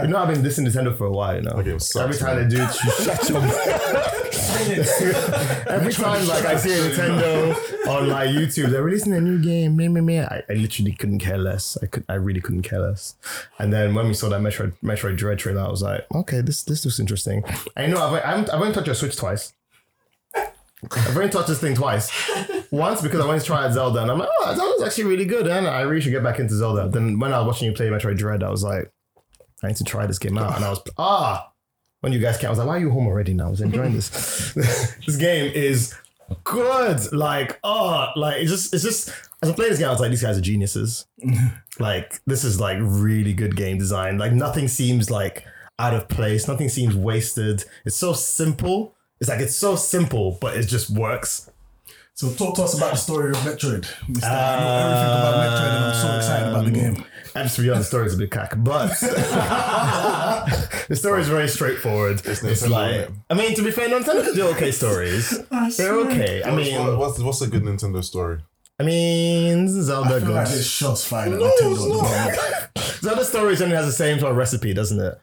Speaker 1: You know, I've been dissing Nintendo for a while. You know,
Speaker 2: game sucks,
Speaker 1: every time they do it, you shut your mouth. every time, like I see a Nintendo on like YouTube, they're releasing a new game. Meh, meh, meh. I, I literally couldn't care less. I could, I really couldn't care less. And then when we saw that Metroid Metroid Dread trailer, I was like, okay, this this looks interesting. I know I've I've, I've only touched your Switch twice. I've only touched this thing twice. Once because I went to try out Zelda, and I'm like, oh, Zelda's actually really good, and I really should get back into Zelda. Then when I was watching you play Metroid Dread, I was like, I need to try this game out. And I was ah, when you guys came, I was like, why are you home already now? I was enjoying this. this game is good. Like, ah, like it's just it's just as I played this game, I was like, these guys are geniuses. like, this is like really good game design. Like nothing seems like out of place, nothing seems wasted. It's so simple. It's like it's so simple, but it just works.
Speaker 4: So talk to us about the story of Metroid. Mr. I know everything about Metroid, and I'm so excited about the game.
Speaker 1: I have to be honest, the story's a bit cack, but the story is very straightforward. It's,
Speaker 2: Nintendo,
Speaker 1: like,
Speaker 2: innit?
Speaker 1: I mean, to be fair, Nintendo can do okay stories. They're okay. I
Speaker 2: What's-
Speaker 1: mean,
Speaker 2: what's what's a good Nintendo story?
Speaker 1: I mean, Zelda
Speaker 4: I feel like
Speaker 1: good.
Speaker 4: there's shots fired at
Speaker 2: No,
Speaker 4: Nintendo.
Speaker 2: it's
Speaker 4: at the
Speaker 2: not.
Speaker 4: moment.
Speaker 1: Zelda story generally has the same sort of recipe, doesn't it?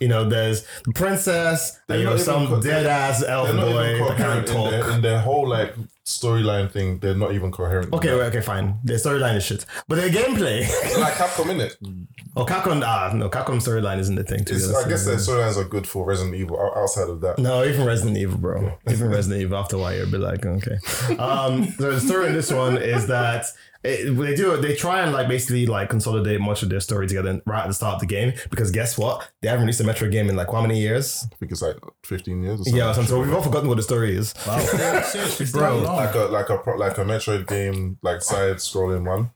Speaker 1: You know, there's the princess, and
Speaker 2: They're
Speaker 1: you know,
Speaker 2: not
Speaker 1: some
Speaker 2: even co-
Speaker 1: dead ass elf
Speaker 2: They're not
Speaker 1: boy
Speaker 2: even
Speaker 1: that can't
Speaker 2: coherent in
Speaker 1: talk.
Speaker 2: their, in their whole like storyline thing. They're not even coherent. in
Speaker 1: Okay,
Speaker 2: that.
Speaker 1: well, okay, fine. Their storyline is shit, but their gameplay
Speaker 2: like Capcom in it.
Speaker 1: or Capcom, ah, no, Capcom storyline isn't the thing. To be
Speaker 2: It's,
Speaker 1: honest.
Speaker 2: I guess their storylines are good for Resident Evil. o- Outside of that,
Speaker 1: No, even Resident Evil, bro. Even Resident Evil, after a while, you'll be like, okay. Um, so the story in this one is that it, they do they try and like basically like consolidate much of their story together right at the start of the game because guess what? They haven't released a Metro game in like how many years?
Speaker 2: I think it's like fifteen years. or something.
Speaker 1: Yeah, so we've all forgotten what the story is.
Speaker 4: It's
Speaker 1: Bro,
Speaker 4: that long.
Speaker 2: like a like a pro- like a Metroid game, like side scrolling one.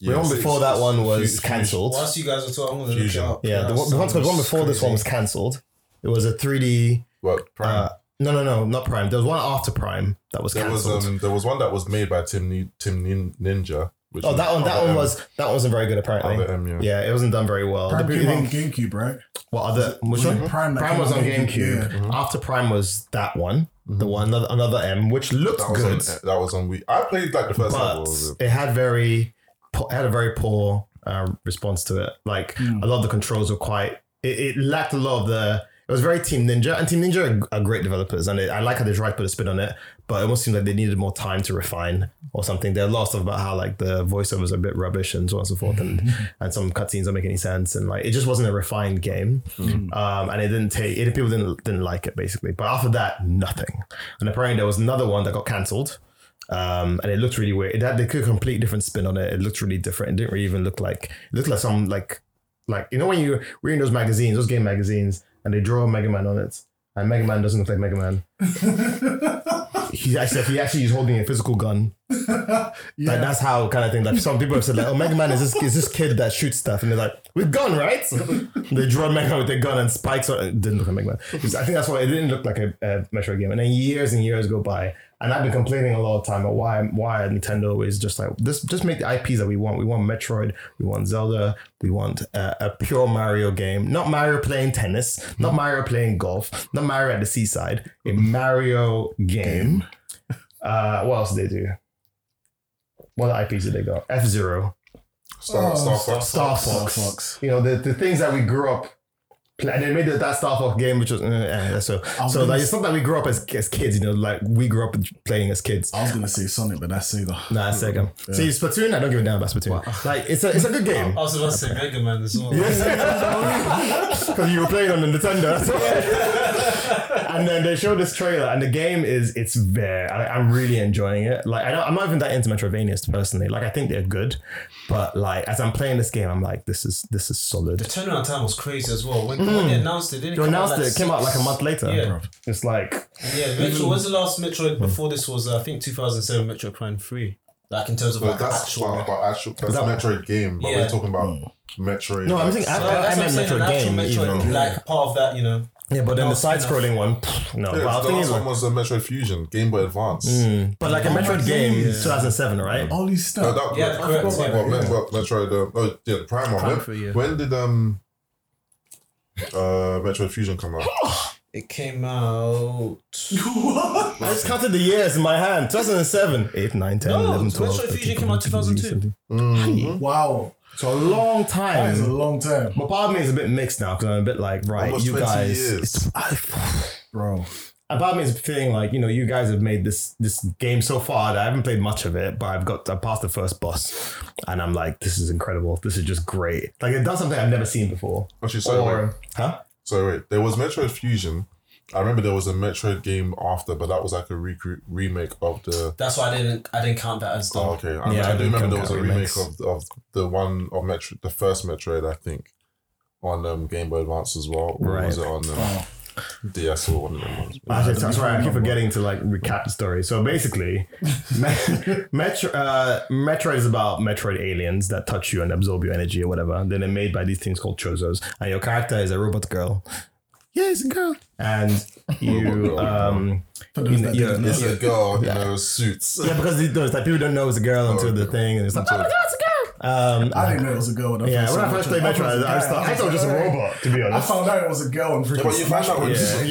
Speaker 1: the one
Speaker 2: Yes,
Speaker 1: before
Speaker 2: it's-
Speaker 1: that one
Speaker 2: it's
Speaker 1: was
Speaker 2: huge-
Speaker 1: cancelled.
Speaker 3: Whilst you guys were talking, I'm gonna look it
Speaker 2: Fusion.
Speaker 3: up.
Speaker 1: Yeah, the one, the one- the one before this one was cancelled. It was a 3D.
Speaker 2: What Prime?
Speaker 1: Uh, no, no, no, not Prime. There was one after Prime that was
Speaker 2: there was
Speaker 1: cancelled.
Speaker 2: um there was one that was made by Tim Ni- Tim Nin- Ninja. Which
Speaker 1: oh,
Speaker 2: was
Speaker 1: that one. That
Speaker 2: other
Speaker 1: one
Speaker 2: M-
Speaker 1: was that wasn't very good apparently.
Speaker 2: other M, yeah.
Speaker 1: Yeah, it wasn't done very well.
Speaker 4: Prime
Speaker 1: The-
Speaker 4: came
Speaker 1: you
Speaker 4: out on
Speaker 1: think-
Speaker 4: GameCube, right?
Speaker 1: What other? Which
Speaker 4: Was it
Speaker 1: one?
Speaker 4: Prime, that
Speaker 1: Prime
Speaker 4: came
Speaker 1: was
Speaker 4: out
Speaker 1: on GameCube.
Speaker 4: Yeah.
Speaker 1: After Prime was that one, the one another, another M, which looked
Speaker 2: Mhm. That was
Speaker 1: good,
Speaker 2: on. That was on. We I played like the first level.
Speaker 1: but
Speaker 2: of it.
Speaker 1: it had very po- it had a very poor uh, response to it. Like
Speaker 4: Mm.
Speaker 1: a lot of the controls were quite. It, it lacked a lot of the. It was very Team Ninja, and Team Ninja are, are great developers, and it, I like how they tried to put a spin on it, but it almost seemed like they needed more time to refine or something. There are lots of about how like the voiceovers are a bit rubbish and so on and so forth, and and some cutscenes don't make any sense, and like it just wasn't a refined game, um, and it didn't take. It, people didn't didn't like it basically. But after that, nothing. And apparently there was another one that got cancelled. Um, and it looked really weird. It had they could complete different spin on it. It looked really different. It didn't really even look like it looked like some like like you know when you read those magazines, those game magazines, and they draw Mega Man on it, and Mega Man doesn't look like Mega Man. He actually he actually is holding a physical gun.
Speaker 4: yeah.
Speaker 1: Like that's how kind of thing. Like some people have said like, oh Mega Man is this is this kid that shoots stuff, and they're like with gun right? they draw Mega Man with their gun and spikes. On, it didn't look like Mega Man. It's- I think that's why it didn't look like a, a Metro game. And then years and years go by, and I've been complaining a lot of time about why why Nintendo is just like this. Just make the IPs that we want. We want Metroid. We want Zelda. We want uh, a pure Mario game. Not Mario playing tennis. Not Mario playing golf. Not Mario at the seaside. A Mario game. Uh, what else did they do? What other IPs did they got? F Zero,
Speaker 2: Star,
Speaker 4: Oh,
Speaker 2: Star Fox.
Speaker 1: Star
Speaker 4: Star
Speaker 1: Fox.
Speaker 4: Fox.
Speaker 1: You know the, the things that we grew up. pla- And they made that Star Fox game, which was uh, uh, so.
Speaker 4: I was
Speaker 1: So
Speaker 4: gonna
Speaker 1: like,
Speaker 4: s-
Speaker 1: it's not that we grew up as, as kids, you know, like we grew up playing as kids.
Speaker 4: I was gonna say Sonic, but that's Sega.
Speaker 1: Nah, Sega.
Speaker 4: Yeah.
Speaker 1: See, Splatoon, I don't give a damn about Splatoon. Like, it's a it's a good game.
Speaker 3: I was about to say Mega Man as well.
Speaker 1: Yes, because you were playing on the Nintendo. that's why. and then they showed this trailer, and the game is it's there. I, I'm really enjoying it. Like I don't, I'm not even that into Metroidvanias personally. Like I think they're good, but like as I'm playing this game, I'm like this is this is solid.
Speaker 3: The turnaround time was crazy as well. When, when they announced it, didn't
Speaker 1: Mm. They
Speaker 3: come out
Speaker 1: announced it. It came out like a month later. Mm.
Speaker 3: Yeah.
Speaker 1: bruv. It's like
Speaker 3: six- Yeah, Metro. When's the last Metroid before this was? Uh, I think 2007 Metro Prime Three. Like in terms of
Speaker 2: But
Speaker 3: like
Speaker 2: that's
Speaker 3: actual.
Speaker 2: about, about actual. That's
Speaker 1: that- Hmm.
Speaker 2: Metroid game, but
Speaker 3: Yeah.
Speaker 2: we're talking about Metroid.
Speaker 1: no, I'm
Speaker 2: like,
Speaker 1: thinking I,
Speaker 3: No,
Speaker 1: I, I
Speaker 3: that's
Speaker 1: meant
Speaker 3: what I'm saying,
Speaker 1: Metroid
Speaker 3: an actual
Speaker 1: game.
Speaker 3: Metroid,
Speaker 1: even.
Speaker 3: like part of that, you know.
Speaker 1: Yeah, but then the
Speaker 3: Not enough.
Speaker 1: side-scrolling one, pff, no.
Speaker 2: Yeah,
Speaker 1: but I was
Speaker 2: the last
Speaker 1: thinking
Speaker 2: one
Speaker 1: like, Hmm.
Speaker 2: was the Metroid Fusion, Game Boy Advance.
Speaker 1: but like a Metroid game, 2007, right?
Speaker 4: All these
Speaker 2: No,
Speaker 4: stuff.
Speaker 2: that,
Speaker 3: Yeah,
Speaker 2: that-
Speaker 3: correct,
Speaker 2: well,
Speaker 3: yeah.
Speaker 2: well, Met- well, Metroid. Uh, oh, yeah, the Prime one.
Speaker 3: Prime
Speaker 2: When,
Speaker 3: for you.
Speaker 2: when did um, uh, Metroid Fusion come out?
Speaker 3: It came out.
Speaker 1: I just counted the years in my hand. 2007, 8, 9, 10,
Speaker 3: No,
Speaker 1: 11,
Speaker 3: Metroid
Speaker 1: 12.
Speaker 3: Fusion
Speaker 1: 13,
Speaker 3: came out
Speaker 1: 14,
Speaker 3: 2002.
Speaker 1: 15.
Speaker 2: Mhm.
Speaker 4: wow,
Speaker 1: So a long
Speaker 4: that is a
Speaker 1: time.
Speaker 4: long time,
Speaker 1: But part of me is a bit mixed now because I'm a bit like, right,
Speaker 2: Almost
Speaker 1: you
Speaker 2: 20
Speaker 1: guys.
Speaker 2: years.
Speaker 1: it's- I,
Speaker 4: bro.
Speaker 1: and part of me is feeling like, you know, you guys have made this this game so far that I haven't played much of it, but I've got I passed the first boss, and I'm like, this is incredible. This is just great. Like it does something I've never seen before.
Speaker 2: Actually, sorry, wait.
Speaker 1: huh?
Speaker 2: sorry, wait. There was Metroid Fusion. I remember there was a Metroid game after, but that was like a recre remake of the.
Speaker 3: That's why I didn't. I didn't count that as
Speaker 2: Oh,
Speaker 3: done.
Speaker 2: okay, I,
Speaker 1: Yeah,
Speaker 2: I do
Speaker 1: they
Speaker 2: remember
Speaker 1: come
Speaker 2: there was
Speaker 1: out
Speaker 2: a remake
Speaker 1: remakes.
Speaker 2: of, of the one of Metroid, the first Metroid, I think, on um, Game Boy Advance as well. Or
Speaker 1: Right.
Speaker 2: was it on
Speaker 4: Oh.
Speaker 2: um, DS or one of them? ones?
Speaker 1: Actually, that's right. I keep forgetting to like recap the story. So basically, Met- Metro, uh, Metroid is about Metroid aliens that touch you and absorb your energy or whatever. Then they're made by these things called Chozos, and your character is a robot girl. Yeah, it's a girl, and you.
Speaker 2: Robot girl.
Speaker 1: Um,
Speaker 4: For those
Speaker 1: You
Speaker 4: that
Speaker 1: know,
Speaker 4: didn't
Speaker 1: yeah,
Speaker 4: know,
Speaker 2: It's a girl, you know, suits.
Speaker 1: yeah, because it- it's like people don't know it's a girl until the
Speaker 2: okay.
Speaker 1: thing, and it's like, oh my god, it's a girl. Um,
Speaker 4: I didn't know it was a girl. When I
Speaker 1: yeah,
Speaker 4: first
Speaker 1: when
Speaker 4: saw
Speaker 1: I first played Metroid, I,
Speaker 4: was
Speaker 1: was
Speaker 4: like,
Speaker 1: like, I thought it was just a
Speaker 4: "Alright."
Speaker 1: robot, to be
Speaker 4: I
Speaker 1: honest.
Speaker 4: found out it was a girl and
Speaker 2: Yeah,
Speaker 4: freaking.
Speaker 2: but you find out when
Speaker 1: Yeah, yeah.
Speaker 2: she,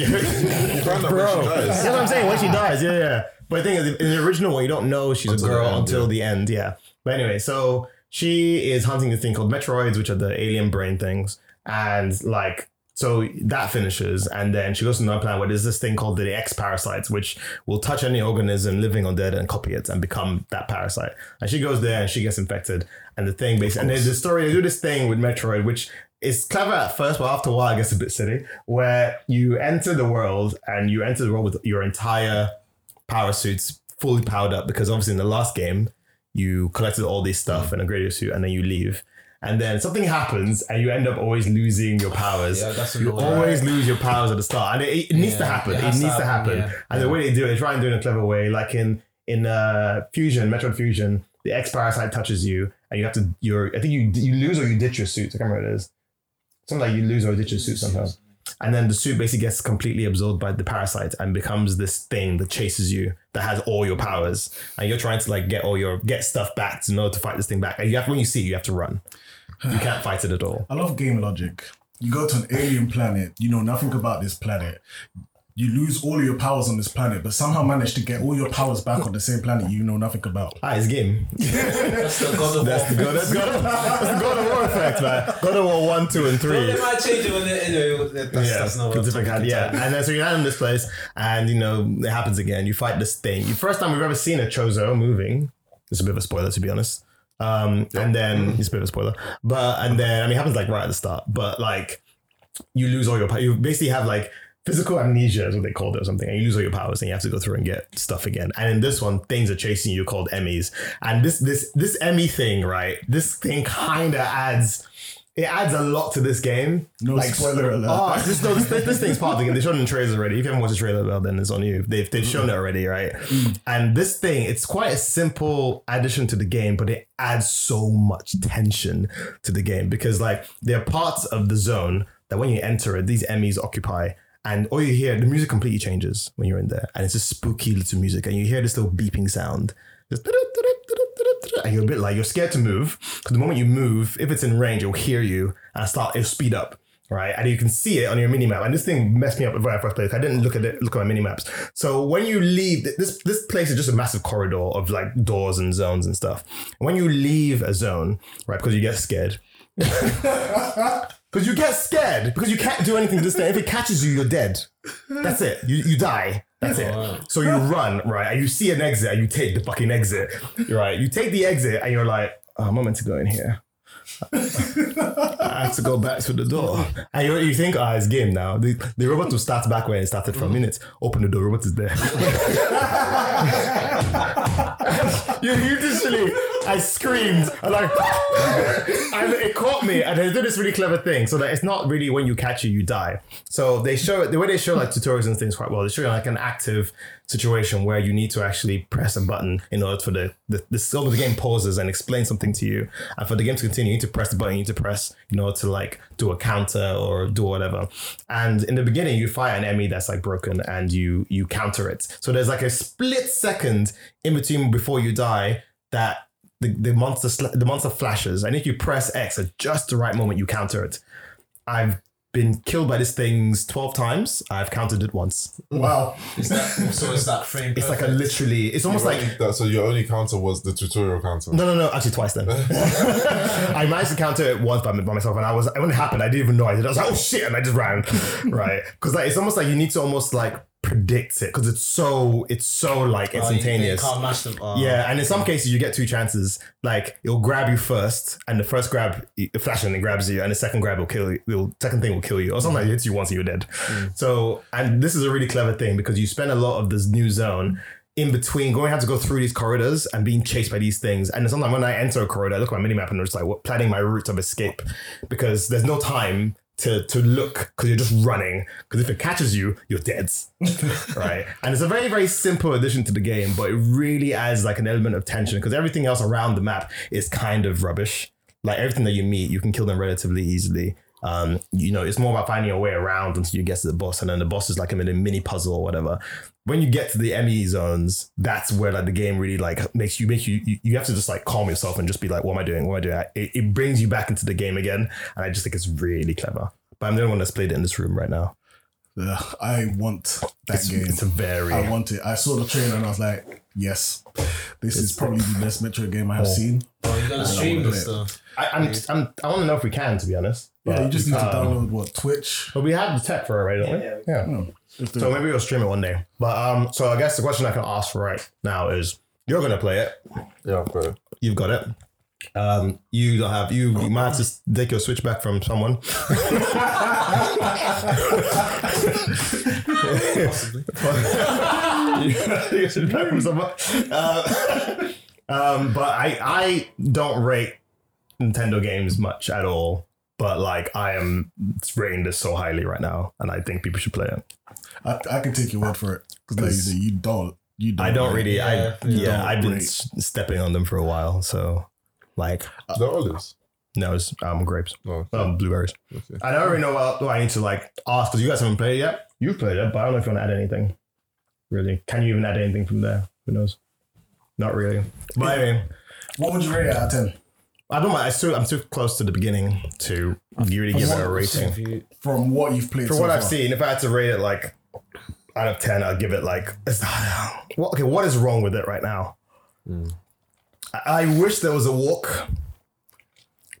Speaker 2: you find out
Speaker 1: Bro,
Speaker 2: when she
Speaker 1: that's
Speaker 2: dies.
Speaker 1: what I'm saying. When she dies, yeah, yeah. But the thing is, in the original one, you don't know she's
Speaker 2: Until
Speaker 1: a
Speaker 2: the
Speaker 1: girl
Speaker 2: end,
Speaker 1: until
Speaker 2: yeah.
Speaker 1: the end, yeah. But anyway, so she is hunting this thing called Metroids, which are the alien brain things, and like. So that finishes, and then she goes to another planet where there's this thing called the X parasites, which will touch any organism living or dead and copy it and become that parasite. And she goes there and she gets infected, and the thing basically, and there's the story they do this thing with Metroid, which it's clever at first, but after a while, I guess a bit silly, where you enter the world and you enter the world with your entire power suits fully powered up because obviously in the last game, you collected all this stuff and upgraded your suit and then you leave. And then something happens and you end up always losing your powers.
Speaker 3: Yeah, that's
Speaker 1: You
Speaker 3: annoying.
Speaker 1: always lose your powers at the start, and it, it needs to
Speaker 3: Yeah,
Speaker 1: happen.
Speaker 3: it
Speaker 1: It,
Speaker 3: has to
Speaker 1: needs to happen.
Speaker 3: happen,
Speaker 1: And the way they do it, they try and do it in a clever way. Like in in uh, Fusion, Metroid Fusion, the X parasite touches you, and you have to. You're, I think you you lose or you ditch your suit. I can't remember what it is. Something like you lose or ditch your suit somehow. And then the suit basically gets completely absorbed by the parasite and becomes this thing that chases you that has all your powers. And you're trying to like get all your get stuff back in order to fight this thing back. And you have when you see it, you have to run. You can't fight it at all.
Speaker 4: I love game logic. You go to an alien planet, you know nothing about this planet. you lose all your powers on this planet, but somehow manage to get all your powers back on the same planet you know nothing about.
Speaker 1: Ah, it's game.
Speaker 3: That's the God of
Speaker 1: That's the
Speaker 3: War.
Speaker 1: God, that's God, of, that's the God of War effect, man. God of War 1, 2, and 3.
Speaker 3: Well, they might change it when they, anyway, that- that's,
Speaker 1: yeah,
Speaker 3: that's not what
Speaker 1: from
Speaker 3: I'm
Speaker 1: different kind.
Speaker 3: talking
Speaker 1: Yeah,
Speaker 3: about.
Speaker 1: and then so you're in this place, and you know it happens again. You fight this thing. The first time we've ever seen a Chozo moving. It's a bit of a spoiler, to be honest. Um, and then it's a bit of a spoiler, but and then I mean, it happens like right at the start. But like, you lose all your power. You basically have like physical amnesia, is what they called it or something, and you lose all your powers, and you have to go through and get stuff again. And in this one, things are chasing you called Emmys, and this this this Emmy thing, right? This thing kind of adds. It adds a lot to this game.
Speaker 4: No spoiler alert.
Speaker 1: Oh, it's just- no, this, this, this thing's part of the game. They've shown it in trailers already. If you haven't watched the trailer, well, then it's on you. They've, they've shown it already, right? And this thing, it's quite a simple addition to the game, but it adds so much tension to the game because, like, there are parts of the zone that when you enter it, these Emmys occupy. And all you hear, the music completely changes when you're in there. And it's just spooky little music. And you hear this little beeping sound. Just and you're a bit like you're scared to move because the moment you move, if it's in range, it'll hear you and start it'll speed up, right? And you can see it on your mini map. And this thing messed me up at the very first place. I didn't look at it, look at my mini maps. So when you leave, th- this this place is just a massive corridor of like doors and zones and stuff. When you leave a zone, right, because you get scared. Because you get scared because you can't do anything to this thing. If it catches you, you're dead. That's it. You, you die. That's it. So you run, right? And you see an exit and you take the fucking exit, right? You take the exit and you're like, oh, I'm not meant to go in here. I have to go back to the door. And you, you think, ah, it's game now. The, the robot will start back where it started for a minute. Open the door, robot is there. you, you literally, I screamed. I'm like, and it caught me. And they did this really clever thing so that it's not really when you catch you, you die. So they show it, the way they show like tutorials and things quite well, they show you like an active situation where you need to actually press a button in order for the, the, the sort of the game pauses and explains something to you. And for the game to continue, you need to press the button, you need to press, you know, to like do a counter or do whatever. And in the beginning, you fire an enemy that's like broken and you you counter it. So there's like a split second in between before you die that the, the monster sl- the monster flashes, and if you press X at just the right moment, you counter it. I've been killed by these things twelve times. I've countered it once.
Speaker 4: Wow.
Speaker 3: Is that, so is that frame?
Speaker 1: It's like a
Speaker 3: perfect?
Speaker 1: literally. It's almost
Speaker 2: You
Speaker 1: like
Speaker 2: only- that, so your only counter was the tutorial counter.
Speaker 1: no, no, no. Actually, twice then. I managed to counter it once by, by myself, and I was when it happened, I didn't even know I did. I was like, oh shit, and I just ran, right? Because like, it's almost like you need to almost like predict it because it's so it's so like
Speaker 3: Oh, you- you
Speaker 1: instantaneous.
Speaker 3: can't match them. Oh.
Speaker 1: Yeah, and in some cases you get two chances. Like it'll grab you first, and the first grab it flashes and it grabs you, and the second grab will kill you. The second thing will kill you, or sometimes it hits you once and you're dead. So, and this is a really clever thing because you spend a lot of this new zone in between going have to go through these corridors and being chased by these things. And sometimes when I enter a corridor, I look at my minimap and I'm just like what, planning my route of escape because there's no time. To, to look because you're just running because if it catches you you're dead right? And it's a very, very simple addition to the game, but it really adds like an element of tension because everything else around the map is kind of rubbish. Like everything that you meet, you can kill them relatively easily. Um, you know, it's more about finding your way around until you get to the boss, and then the boss is like a mini mini puzzle or whatever. When you get to the ME zones, that's where like the game really like makes you make you you, you have to just like calm yourself and just be like, what am I doing? What am I doing? It, it brings you back into the game again, and I just think it's really clever. But I'm the only one that's played it in this room right now.
Speaker 4: Ugh, I want that
Speaker 1: It's,
Speaker 4: game.
Speaker 1: it's a very
Speaker 4: I want it. I saw the trailer and I was like, yes, this is probably the best Metro game I have seen.
Speaker 3: Oh, you're gonna stream this stuff.
Speaker 1: I, I'm, I'm, I want to know if we can, to be honest.
Speaker 4: Yeah,
Speaker 1: But um,
Speaker 4: you just need to
Speaker 1: can't.
Speaker 4: download what Twitch.
Speaker 1: But we have the tech for it, right? Don't we? Yeah.
Speaker 4: If
Speaker 1: So
Speaker 4: the-
Speaker 1: maybe we'll stream it one day. But um, so I guess the question I can ask right now is: You're gonna play it.
Speaker 2: Yeah, but
Speaker 1: You've got it. Um, you don't have you, you might have to take your switch back from someone.
Speaker 3: Possibly.
Speaker 1: you should back from someone. Uh, um, but I I don't rate Nintendo games much at all. But like I am rating this so highly right now, and I think people should play it.
Speaker 4: I, I can take your word for it because like you said, you don't. You don't.
Speaker 1: I don't really.
Speaker 3: Yeah,
Speaker 1: I
Speaker 3: you
Speaker 1: yeah,
Speaker 4: don't
Speaker 1: I've been
Speaker 4: rate.
Speaker 1: s- stepping on them for a while, so like
Speaker 2: the olives.
Speaker 1: no, it's um grapes,
Speaker 2: No,
Speaker 1: Uh, um blueberries.
Speaker 2: okay.
Speaker 1: I don't really know what, what I need to like ask because you guys haven't played it yet. You've played it, but I don't know if you want to add anything. Really, can you even add anything from there? Who knows? Not really. But I mean,
Speaker 4: What would you rate it out of ten?
Speaker 1: I don't mind. I'm too, I'm too close to the beginning to really give it a rating.
Speaker 3: If you-
Speaker 4: From what you've played,
Speaker 1: From
Speaker 4: so
Speaker 1: what I've
Speaker 4: far?
Speaker 1: seen, if I had to rate it, like I out of ten, I'd give it like it's- what? Okay, what is wrong with it right now? I, I wish there was a walk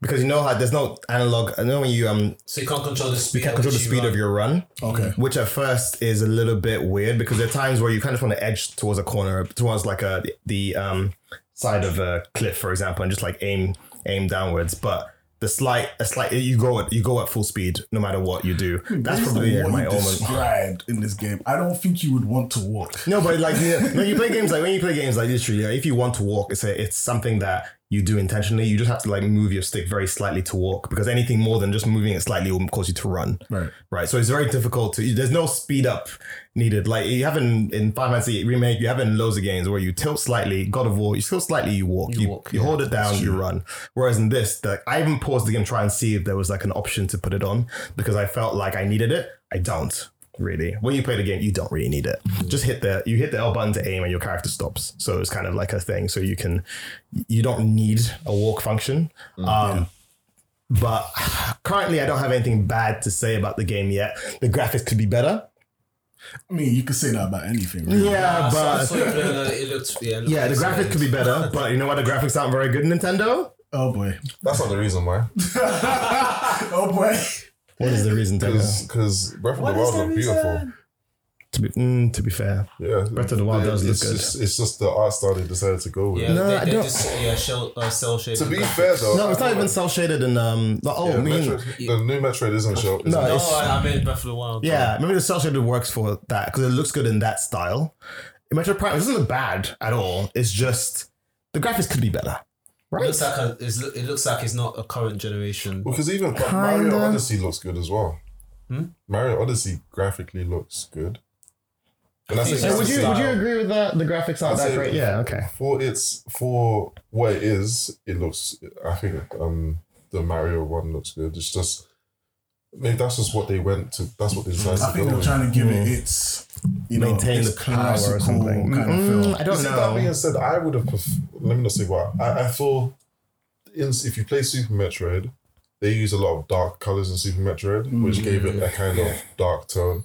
Speaker 1: because you know how there's no analog. I know when you um
Speaker 3: So you can't control the speed.
Speaker 1: you can't control the speed of your run,
Speaker 4: Okay.
Speaker 1: which at first is a little bit weird because there are times where you kind of want to edge towards a corner, towards like a the um side of a cliff, for example, and just like aim aim downwards, but. The slight, a slight, you go at you go at full speed no matter what you do. That's
Speaker 4: Hmm, Based on
Speaker 1: probably
Speaker 4: what
Speaker 1: my
Speaker 4: you
Speaker 1: omen.
Speaker 4: described in this game. I don't think you would want to walk.
Speaker 1: No, but like yeah, when you play games like when you play games like literally, like, if you want to walk, it's a, it's something that you do intentionally. You just have to like move your stick very slightly to walk because anything more than just moving it slightly will cause you to run.
Speaker 4: Right.
Speaker 1: Right. So it's very difficult to. There's no speed up needed. Like you have in in Final Fantasy remake, you have in loads of games where you tilt slightly. God of War, you tilt slightly, you walk. You,
Speaker 3: You
Speaker 1: you,
Speaker 3: walk,
Speaker 1: hold it down, you run. Whereas in this, like I even paused the game to try and see if there was like an option to put it on because I felt like I needed it. I don't really. When you play the game, you don't really need it. Just hit the you hit the L button to aim, and your character stops. So it's kind of like a thing. So you can you don't need a walk function. um, but currently I don't have anything bad to say about the game yet. The graphics could be better.
Speaker 4: I mean, you could say that about anything. Really.
Speaker 1: Yeah,
Speaker 3: but
Speaker 1: but
Speaker 3: it looked yeah. it looked
Speaker 1: yeah, the graphics could be better. But you know what? The graphics aren't very good. Nintendo.
Speaker 4: Oh boy.
Speaker 2: That's not the reason why.
Speaker 4: Oh boy.
Speaker 1: What is the reason? Nintendo?
Speaker 2: Because Breath of the Wild looked beautiful.
Speaker 1: To be mm, to be fair,
Speaker 2: Yeah,
Speaker 1: Breath of the Wild
Speaker 2: It-
Speaker 1: does look
Speaker 2: it's
Speaker 1: good.
Speaker 2: Just, it's just the art style they decided to go with.
Speaker 3: Yeah,
Speaker 1: No,
Speaker 3: they,
Speaker 1: I
Speaker 3: they
Speaker 1: don't-
Speaker 3: Just, yeah, shell, uh, cell shaded.
Speaker 2: To be fair though,
Speaker 1: no, it's not
Speaker 2: I feel
Speaker 1: even
Speaker 2: like-
Speaker 1: cell shaded and um. Like, oh,
Speaker 2: Yeah,
Speaker 1: I mean,
Speaker 2: Metroid- the new Metroid isn't show. Isn't
Speaker 1: No,
Speaker 2: no,
Speaker 3: No,
Speaker 1: it's-
Speaker 3: I, I meant Breath of the Wild.
Speaker 1: yeah, maybe the cell shaded works for that because it looks good in that style. Metro Prime this isn't bad at all. It's just the graphics could be better,
Speaker 3: It
Speaker 1: right?
Speaker 3: looks like a, it's, it looks like it's not a current generation.
Speaker 2: because even but
Speaker 1: Kinda.
Speaker 2: Mario Odyssey looks good as well.
Speaker 3: Hmm?
Speaker 2: Mario Odyssey graphically looks good. And
Speaker 3: I think
Speaker 2: that's
Speaker 3: so.
Speaker 1: would you would you agree with that? The graphics
Speaker 2: I'd
Speaker 1: aren't that
Speaker 2: say-
Speaker 1: great. Yeah. Okay.
Speaker 2: for its for what it is, it looks. I think um the Mario one looks good. It's just maybe that's just what they went to. That's what they decided
Speaker 4: Hmm. I
Speaker 2: to
Speaker 4: think
Speaker 2: go
Speaker 4: they're
Speaker 2: with.
Speaker 4: trying to give it its, you know,
Speaker 1: Maintain
Speaker 4: its
Speaker 1: the power or
Speaker 4: classical
Speaker 1: something.
Speaker 4: kind of
Speaker 1: Mm,
Speaker 4: feel.
Speaker 1: I
Speaker 2: You
Speaker 1: don't
Speaker 2: see,
Speaker 1: know.
Speaker 2: That being said, I would have. Pref- let me not say what I, I feel. In, if you play Super Metroid, they use a lot of dark colors in Super Metroid, which gave it a kind
Speaker 4: Hmm.
Speaker 2: of dark tone.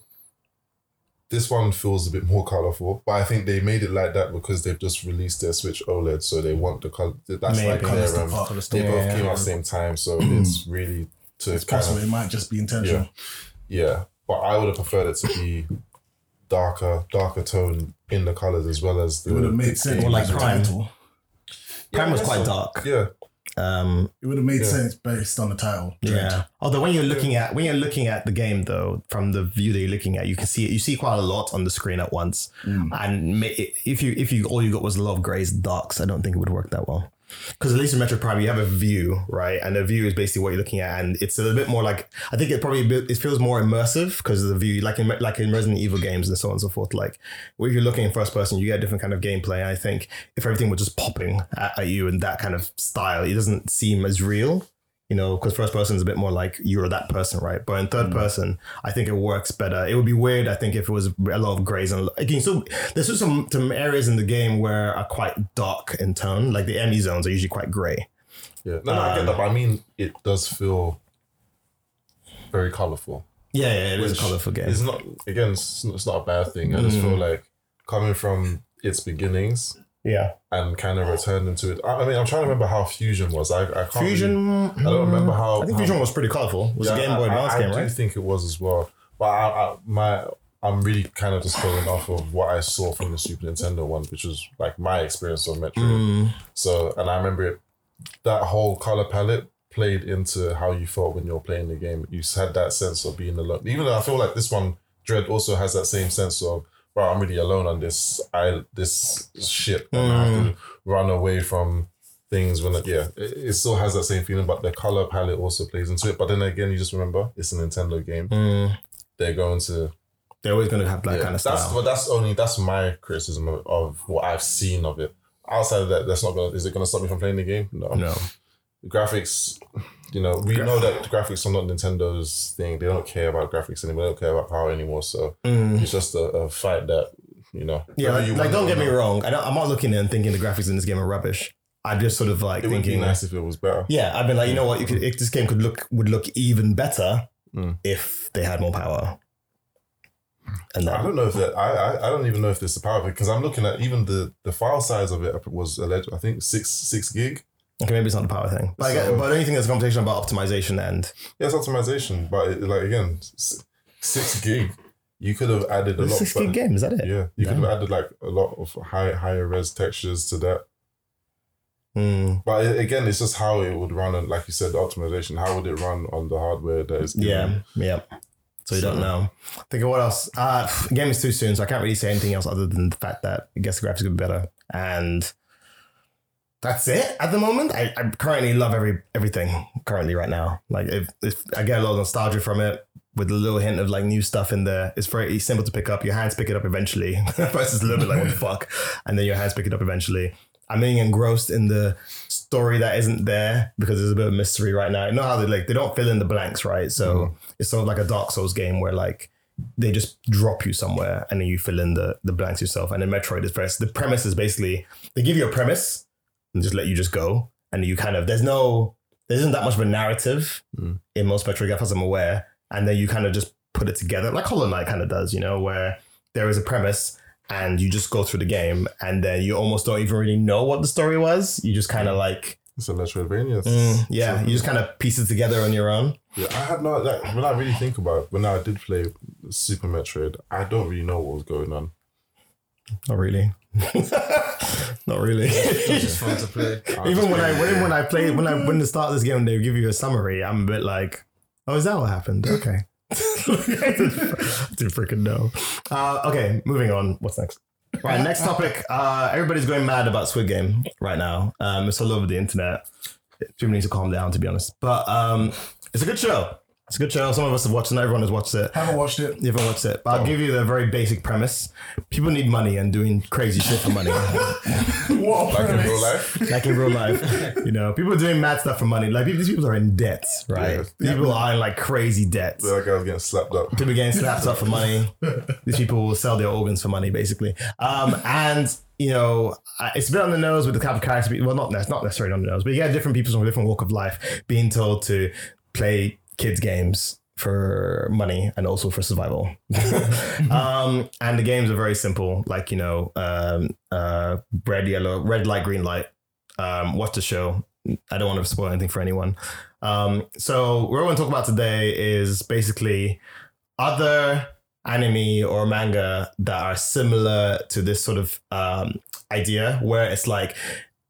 Speaker 2: This one feels a bit more colorful, but I think they made it like that because they've just released their Switch OLED, so they want the color. That's like
Speaker 1: Maybe.
Speaker 2: their.
Speaker 4: Colours
Speaker 2: Um,
Speaker 4: to pop.
Speaker 2: they
Speaker 1: Yeah,
Speaker 2: both
Speaker 1: yeah,
Speaker 2: came out at the same time, so it's really to
Speaker 4: It's
Speaker 2: kind
Speaker 4: possible
Speaker 2: of
Speaker 4: it might just be intentional.
Speaker 2: yeah. But I would have preferred it to be darker, darker tone in the colors as well as
Speaker 4: It would have made sense.
Speaker 1: Or like
Speaker 4: with the
Speaker 1: Prime.
Speaker 4: title.
Speaker 1: Prime was
Speaker 2: that's
Speaker 1: quite
Speaker 2: all.
Speaker 1: dark.
Speaker 2: Yeah,
Speaker 1: Um,
Speaker 4: It would have made
Speaker 2: Yeah.
Speaker 4: sense based on the title.
Speaker 1: yeah. Although when you're looking at when you're looking at the game though, from the view that you're looking at, you can see it. You see quite a lot on the screen at once. And ma- if you if you all you got was a lot of grays, darks, I don't think it would work that well. Because at least in Metro Prime, you have a view, right? And the view is basically what you're looking at, and it's a little bit more like I think it probably a bit- it feels more immersive because of the view, like in like in Resident Evil games and so on and so forth. Like when you're looking in first person, you get a different kind of gameplay. And I think if everything was just popping at, at you in that kind of style, it doesn't seem as real, you know. Because first person is a bit more like you're that person, right? But in
Speaker 2: Mm.
Speaker 1: third person, I think it works better. It would be weird, I think, if it was a lot of grays and again. So there's just some some areas in the game where are quite dark in tone, like the enemy zones are usually quite gray.
Speaker 2: yeah. No, no, I get that. But I mean, it does feel very colorful.
Speaker 1: Yeah, yeah, it is
Speaker 2: Which
Speaker 1: a colorful game.
Speaker 2: It's not again. It's not, it's not a bad thing. I just
Speaker 4: Mm.
Speaker 2: feel like coming from its beginnings
Speaker 1: yeah,
Speaker 2: and kind of returning to it. I, I mean, I'm trying to remember how Fusion was. I, I can't really-
Speaker 1: Fusion. I
Speaker 2: don't remember how-
Speaker 1: I think Fusion was pretty colorful. It was a
Speaker 2: Yeah,
Speaker 1: Game Boy
Speaker 2: I- I-
Speaker 1: Advance game,
Speaker 2: I do
Speaker 1: right?
Speaker 2: think it was as well. But I, I, my, I'm really kind of just going off of what I saw from the Super Nintendo one, which was like my experience on Metroid.
Speaker 1: Mm,
Speaker 2: So, and I remember it, that whole color palette played into how you felt when you were playing the game. You had that sense of being alone. Even though I feel like this one, Dread, also has that same sense of, wow, I'm really alone on this I this ship, and I have
Speaker 1: Mm.
Speaker 2: to run away from things when it, yeah, it, it still has that same feeling. But the color palette also plays into it. But then again, you just remember it's a Nintendo game.
Speaker 1: Mm.
Speaker 2: They're going to
Speaker 1: They're always going to have that
Speaker 2: yeah,
Speaker 1: kind of
Speaker 2: that's
Speaker 1: style.
Speaker 2: but that's only that's my criticism of, of what I've seen of it. Outside of that, that's not gonna is it gonna stop me from playing the game? No.
Speaker 1: no,
Speaker 2: The graphics, you know, we know that the graphics are not Nintendo's thing. They don't care about graphics anymore. They don't care about power anymore. So
Speaker 1: Mm.
Speaker 2: it's just a, a fight that you know.
Speaker 1: yeah,
Speaker 2: whether
Speaker 1: like,
Speaker 2: you
Speaker 1: like,
Speaker 2: want it
Speaker 1: don't
Speaker 2: or
Speaker 1: get me
Speaker 2: not,
Speaker 1: wrong. I don't, I'm not looking and thinking the graphics in this game are rubbish. I'm just sort of like
Speaker 2: It would be
Speaker 1: thinking,
Speaker 2: nice if it was better.
Speaker 1: yeah, I've been like, you know what, you could, if this game could look would look even better
Speaker 2: Mm.
Speaker 1: if they had more power. And
Speaker 2: I
Speaker 1: that,
Speaker 2: don't know if that. I, I I don't even know if there's the power of it because I'm looking at even the the file size of it was alleged. I think six six gig.
Speaker 1: okay, maybe it's not the power thing. But, I get,
Speaker 2: So-
Speaker 1: but I don't think there's a conversation about optimization and
Speaker 2: Yeah, it's optimization, but it, like again, s- six gig. You could have added a lot.
Speaker 1: it's a six
Speaker 2: but-
Speaker 1: gig game, is that it?
Speaker 2: Yeah, you could
Speaker 1: Damn.
Speaker 2: have added like a lot of high higher res textures to that.
Speaker 1: Mm,
Speaker 2: But it- again, it's just how it would run, and like you said, the optimization. How would it run on the hardware that is? given?
Speaker 1: yeah, yeah. So you don't
Speaker 2: So-
Speaker 1: know. Think of what else. Uh, game is too soon, so I can't really say anything else other than the fact that I guess the graphics could be better. And that's it at the moment. I, I currently love every everything currently right now. Like if, if I get a lot of nostalgia from it with a little hint of like new stuff in there. It's very simple to pick up. Your hands pick it up eventually. First it's a little bit like what the fuck, and then your hands pick it up eventually. I'm being engrossed in the story that isn't there because there's a bit of mystery right now. You know how they like they don't fill in the blanks, right? So it's sort of like a Dark Souls game where like they just drop you somewhere and then you fill in the, the blanks yourself. And in Metroid, it's very, the premise is basically they give you a premise and just let you just go. And you kind of there's no there isn't that much of a narrative
Speaker 2: Mm.
Speaker 1: in most Metroid games, as I'm aware. And then you kind of just put it together, like Hollow Knight kind of does, you know, where there is a premise and you just go through the game and then you almost don't even really know what the story was. You just kind of like,
Speaker 2: it's a Metroidvania.
Speaker 1: mm, yeah,
Speaker 2: So-
Speaker 1: you just kind of piece it together on your own.
Speaker 2: Yeah, I had not like when I really think about it, when I did play Super Metroid, I don't really know what was going on.
Speaker 1: Not really. Not really.
Speaker 3: It's just fun to play.
Speaker 2: I
Speaker 1: Even
Speaker 2: just
Speaker 1: when I
Speaker 2: played-
Speaker 1: when, when I play when I when the start of this game they give you a summary, I'm a bit like, oh, is that what happened? Okay. I didn't freaking know. Uh, okay, moving on. What's next? Right, next topic. Uh, everybody's going mad about Squid Game right now. Um, it's all over the internet. People need to calm down, to be honest. But um, it's a good show. It's a good show. Some of us have watched it. Not everyone has watched it.
Speaker 4: Haven't watched it.
Speaker 1: You haven't watched it, but I'll give you the very basic premise. People need money and doing crazy shit for money.
Speaker 4: What a
Speaker 2: like in
Speaker 4: premise.
Speaker 2: real life.
Speaker 1: like in real life. You know, people are doing mad stuff for money. Like people- these people are in debt, right? People are in like crazy debt.
Speaker 2: I feel like I was getting slapped up.
Speaker 1: People getting slapped up for money. These people will sell their organs for money, basically. Um, and you know, I- it's a bit on the nose with the type of character. people- Well, not that's not necessarily on the nose, but you get different people from a different walk of life being told to play kids games for money and also for survival. um, and the games are very simple, like you know, um, uh, red, yellow, red light, green light. Um, watch the show. I don't want to spoil anything for anyone. Um, so what we're going to talk about today is basically other anime or manga that are similar to this sort of um, idea where it's like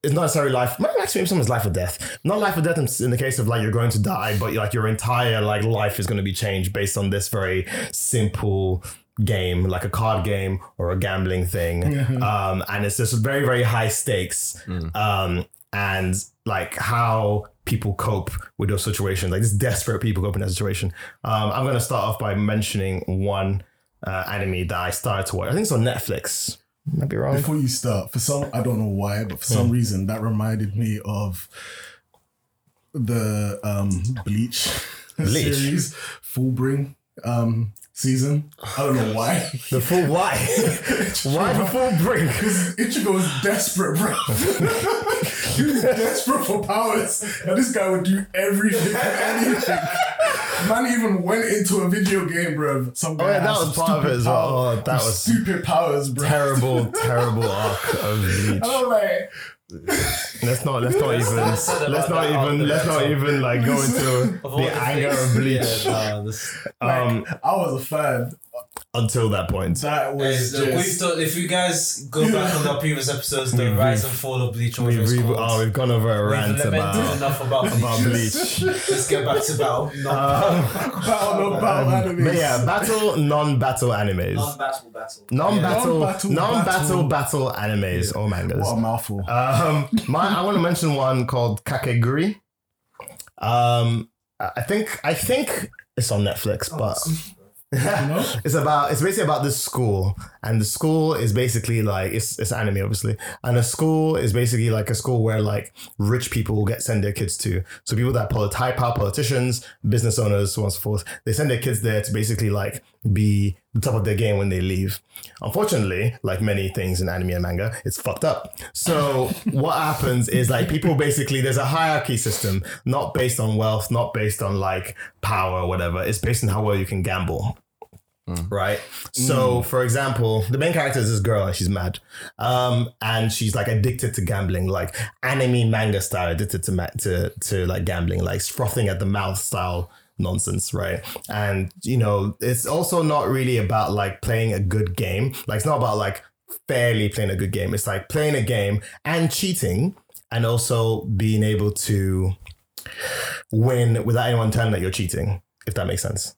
Speaker 1: it's not necessarily life might actually maybe someone's life or death not life or death in- in the case of like you're going to die but like your entire like life is going to be changed based on this very simple game like a card game or a gambling thing um, and it's just very very high stakes
Speaker 2: Mm.
Speaker 1: um, and like how people cope with those situations like this desperate people cope in that situation um, i'm going to start off by mentioning one uh, anime that i started to watch i think it's on netflix might be wrong
Speaker 4: Before you start, for some I don't know why, but for
Speaker 1: Hmm.
Speaker 4: some reason that reminded me of the um Bleach,
Speaker 1: Bleach?
Speaker 4: series, Fullbring um season. I don't know why.
Speaker 1: the full why Oh, why the full brink
Speaker 4: Because Ichigo is desperate, bro. he was desperate for powers. And this guy would do everything for anything. Man even went into a video game, bro. Some guy
Speaker 1: Oh, yeah, that
Speaker 4: had
Speaker 1: was
Speaker 4: some
Speaker 1: part of
Speaker 4: stupid
Speaker 1: it as well.
Speaker 4: power-
Speaker 1: Oh, that
Speaker 4: some
Speaker 1: was
Speaker 4: stupid powers, bro.
Speaker 1: terrible terrible arc of
Speaker 4: And
Speaker 1: Bleach.
Speaker 4: I'm like,
Speaker 1: Oh. let's not let's not even let's
Speaker 3: said about
Speaker 1: not
Speaker 3: that arc
Speaker 1: even
Speaker 3: that
Speaker 1: let's
Speaker 3: I
Speaker 1: not
Speaker 3: saw.
Speaker 1: even like go into
Speaker 3: Of all
Speaker 1: the anger
Speaker 3: things-
Speaker 1: of Bleach
Speaker 3: Yeah, nah, this-
Speaker 4: like,
Speaker 1: um,
Speaker 4: I was a fan.
Speaker 1: until that point.
Speaker 4: That
Speaker 3: Hey,
Speaker 4: was
Speaker 3: look, we've
Speaker 4: just.
Speaker 3: talked, if you guys go back on our previous episodes, the rise and fall of Bleach, or
Speaker 1: We've,
Speaker 3: whatever it's
Speaker 1: we've,
Speaker 3: called,
Speaker 1: oh, we've gone over a
Speaker 3: we've
Speaker 1: rant
Speaker 3: lamented
Speaker 1: about,
Speaker 3: enough about Bleach.
Speaker 1: about Bleach.
Speaker 3: Let's get back to battle.
Speaker 1: Um,
Speaker 4: Battle no battle
Speaker 1: um, but
Speaker 4: animes.
Speaker 1: yeah, battle non-battle animes,
Speaker 3: Non-battle battle.
Speaker 1: non-battle,
Speaker 4: Non-battle,
Speaker 1: non-battle battle animes or mangas.
Speaker 4: What a mouthful.
Speaker 1: Um, my, I want to mention one called Kakeguri. Um, I I think I think it's on Netflix, but
Speaker 4: you know?
Speaker 1: it's about it's basically about this school and the school is basically like it's it's anime obviously and a school is basically like a school where like rich people will get send their kids to so people that polit- high power politicians business owners so on and so forth they send their kids there to basically like be the top of their game when they leave unfortunately like many things in anime and manga it's fucked up so what happens is like people basically there's a hierarchy system not based on wealth not based on like power or whatever it's based on how well you can gamble right? So, for example, the main character is this girl and she's mad. Um, and she's like addicted to gambling, like anime manga style, addicted to, ma- to, to like gambling, like frothing at the mouth style nonsense, right? And, you know, it's also not really about like playing a good game. Like, it's not about like fairly playing a good game. It's like playing a game and cheating and also being able to win without anyone telling that you're cheating, if that makes sense.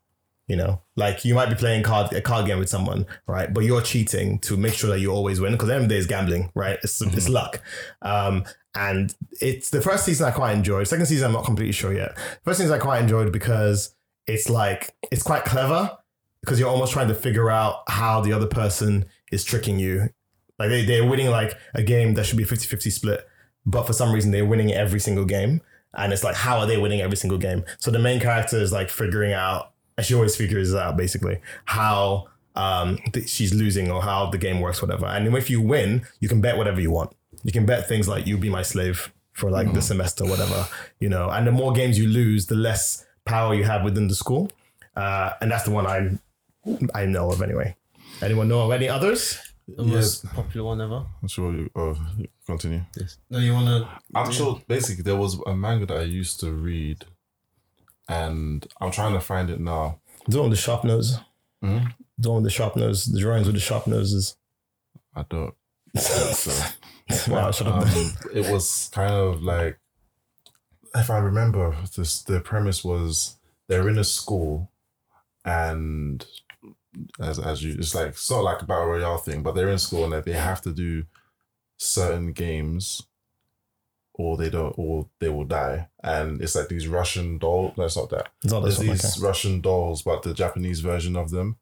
Speaker 1: You know, like you might be playing card a card game with someone, right? But you're cheating to make sure that you always win because the end of the day is gambling, right? It's, it's luck. Um, and it's the first season I quite enjoyed. Second season I'm not completely sure yet. First season I quite enjoyed because it's like it's quite clever because you're almost trying to figure out how the other person is tricking you. Like they, they're winning like a game that should be 50-50 split, but for some reason they're winning every single game. And it's like, how are they winning every single game? So the main character is like figuring out and she always figures out basically how um, th- she's losing or how the game works, whatever. And if you win, you can bet whatever you want. You can bet things like you'll be my slave for like the semester, whatever, you know. And the more games you lose, the less power you have within the school. Uh, and that's the one I I know of anyway. Anyone know of any others?
Speaker 3: The most popular one ever.
Speaker 2: I'm sure you
Speaker 1: oh,
Speaker 2: uh, continue.
Speaker 3: No, you wanna
Speaker 2: I'm sure basically there was a manga that I used to read, and I'm trying to find it now.
Speaker 1: The one with the sharp nose.
Speaker 2: Mhm.
Speaker 1: The one with the sharp nose. The drawings with the sharp noses.
Speaker 2: I don't. So,
Speaker 1: wow, shut up.
Speaker 2: um, it was kind of like, if I remember, this the premise was they're in a school, and as as you, it's like sort of like a battle royale thing, but they're in school and that they have to do certain games. Or they don't, or they will die, and it's like these Russian doll. No, it's not that.
Speaker 1: It's Oh, not
Speaker 2: There's
Speaker 1: this one.
Speaker 2: these
Speaker 1: okay.
Speaker 2: Russian dolls, but the Japanese version of them.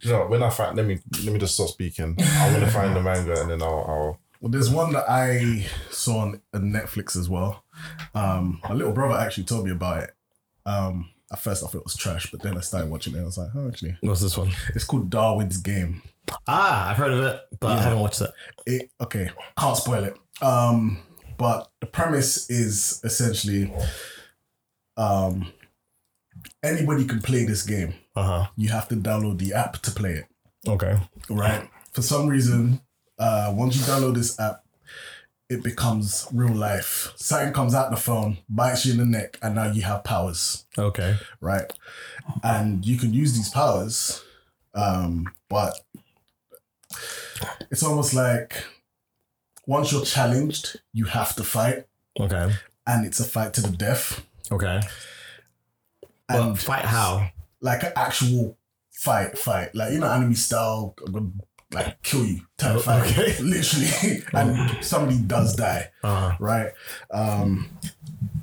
Speaker 2: You know, when I find, let me let me just stop speaking. I'm gonna find the manga and then I'll.
Speaker 4: Well, there's one that I saw on on Netflix as well. Um, my little brother actually told me about it. Um, at first, I thought it was trash, but then I started watching it. and I was like, oh, actually,
Speaker 1: What's this one?
Speaker 4: it's called Darwin's Game.
Speaker 1: Ah, I've heard of it, but I
Speaker 4: Yeah.
Speaker 1: haven't watched it.
Speaker 4: It okay, can't spoil it. Um, but the premise is essentially, um, anybody can play this game.
Speaker 1: Uh
Speaker 4: You have to download the app to play it.
Speaker 1: huh. Okay.
Speaker 4: right? For some reason, uh, once you download this app, it becomes real life. Something comes out the phone, bites you in the neck, and now you have powers,
Speaker 1: Okay.
Speaker 4: right? And you can use these powers, um, but it's almost like once you're challenged, you have to fight,
Speaker 1: Okay.
Speaker 4: and it's a fight to the death.
Speaker 1: Okay. But
Speaker 4: And
Speaker 1: fight how?
Speaker 4: like an actual fight, fight, like you know, anime style, I'm gonna, like kill you type
Speaker 1: Oh,
Speaker 4: fight,
Speaker 1: okay.
Speaker 4: literally, and somebody does die,
Speaker 1: Uh huh.
Speaker 4: right? Um,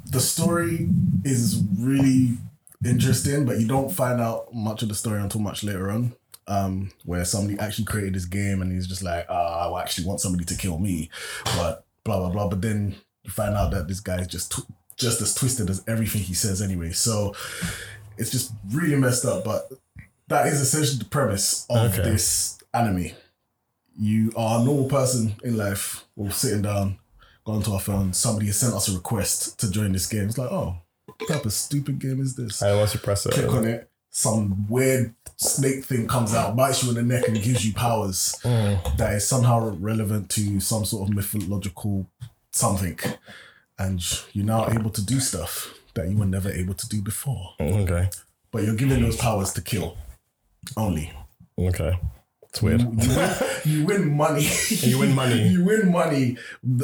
Speaker 4: the story is really interesting, but you don't find out much of the story until much later on. Um, where somebody actually created this game and he's just like, ah, I actually want somebody to kill me, but blah blah blah. But then you find out that this guy is just tw- just as twisted as everything he says anyway. So it's just really messed up. But that is essentially the premise of
Speaker 1: Okay.
Speaker 4: this anime. You are a normal person in life, or sitting down, going to our phone. Somebody has sent us a request to join this game. It's like, oh, what type of stupid game is this?
Speaker 1: I want to press it.
Speaker 4: Click on it. Some weird snake thing comes out, bites you in the neck, and gives you powers
Speaker 1: Mm.
Speaker 4: that is somehow relevant to some sort of mythological something, and you're now able to do stuff that you were never able to do before.
Speaker 1: Okay.
Speaker 4: But you're given those powers to kill only.
Speaker 1: Okay. It's weird.
Speaker 4: You win, you win money.
Speaker 1: You win money.
Speaker 4: you win money.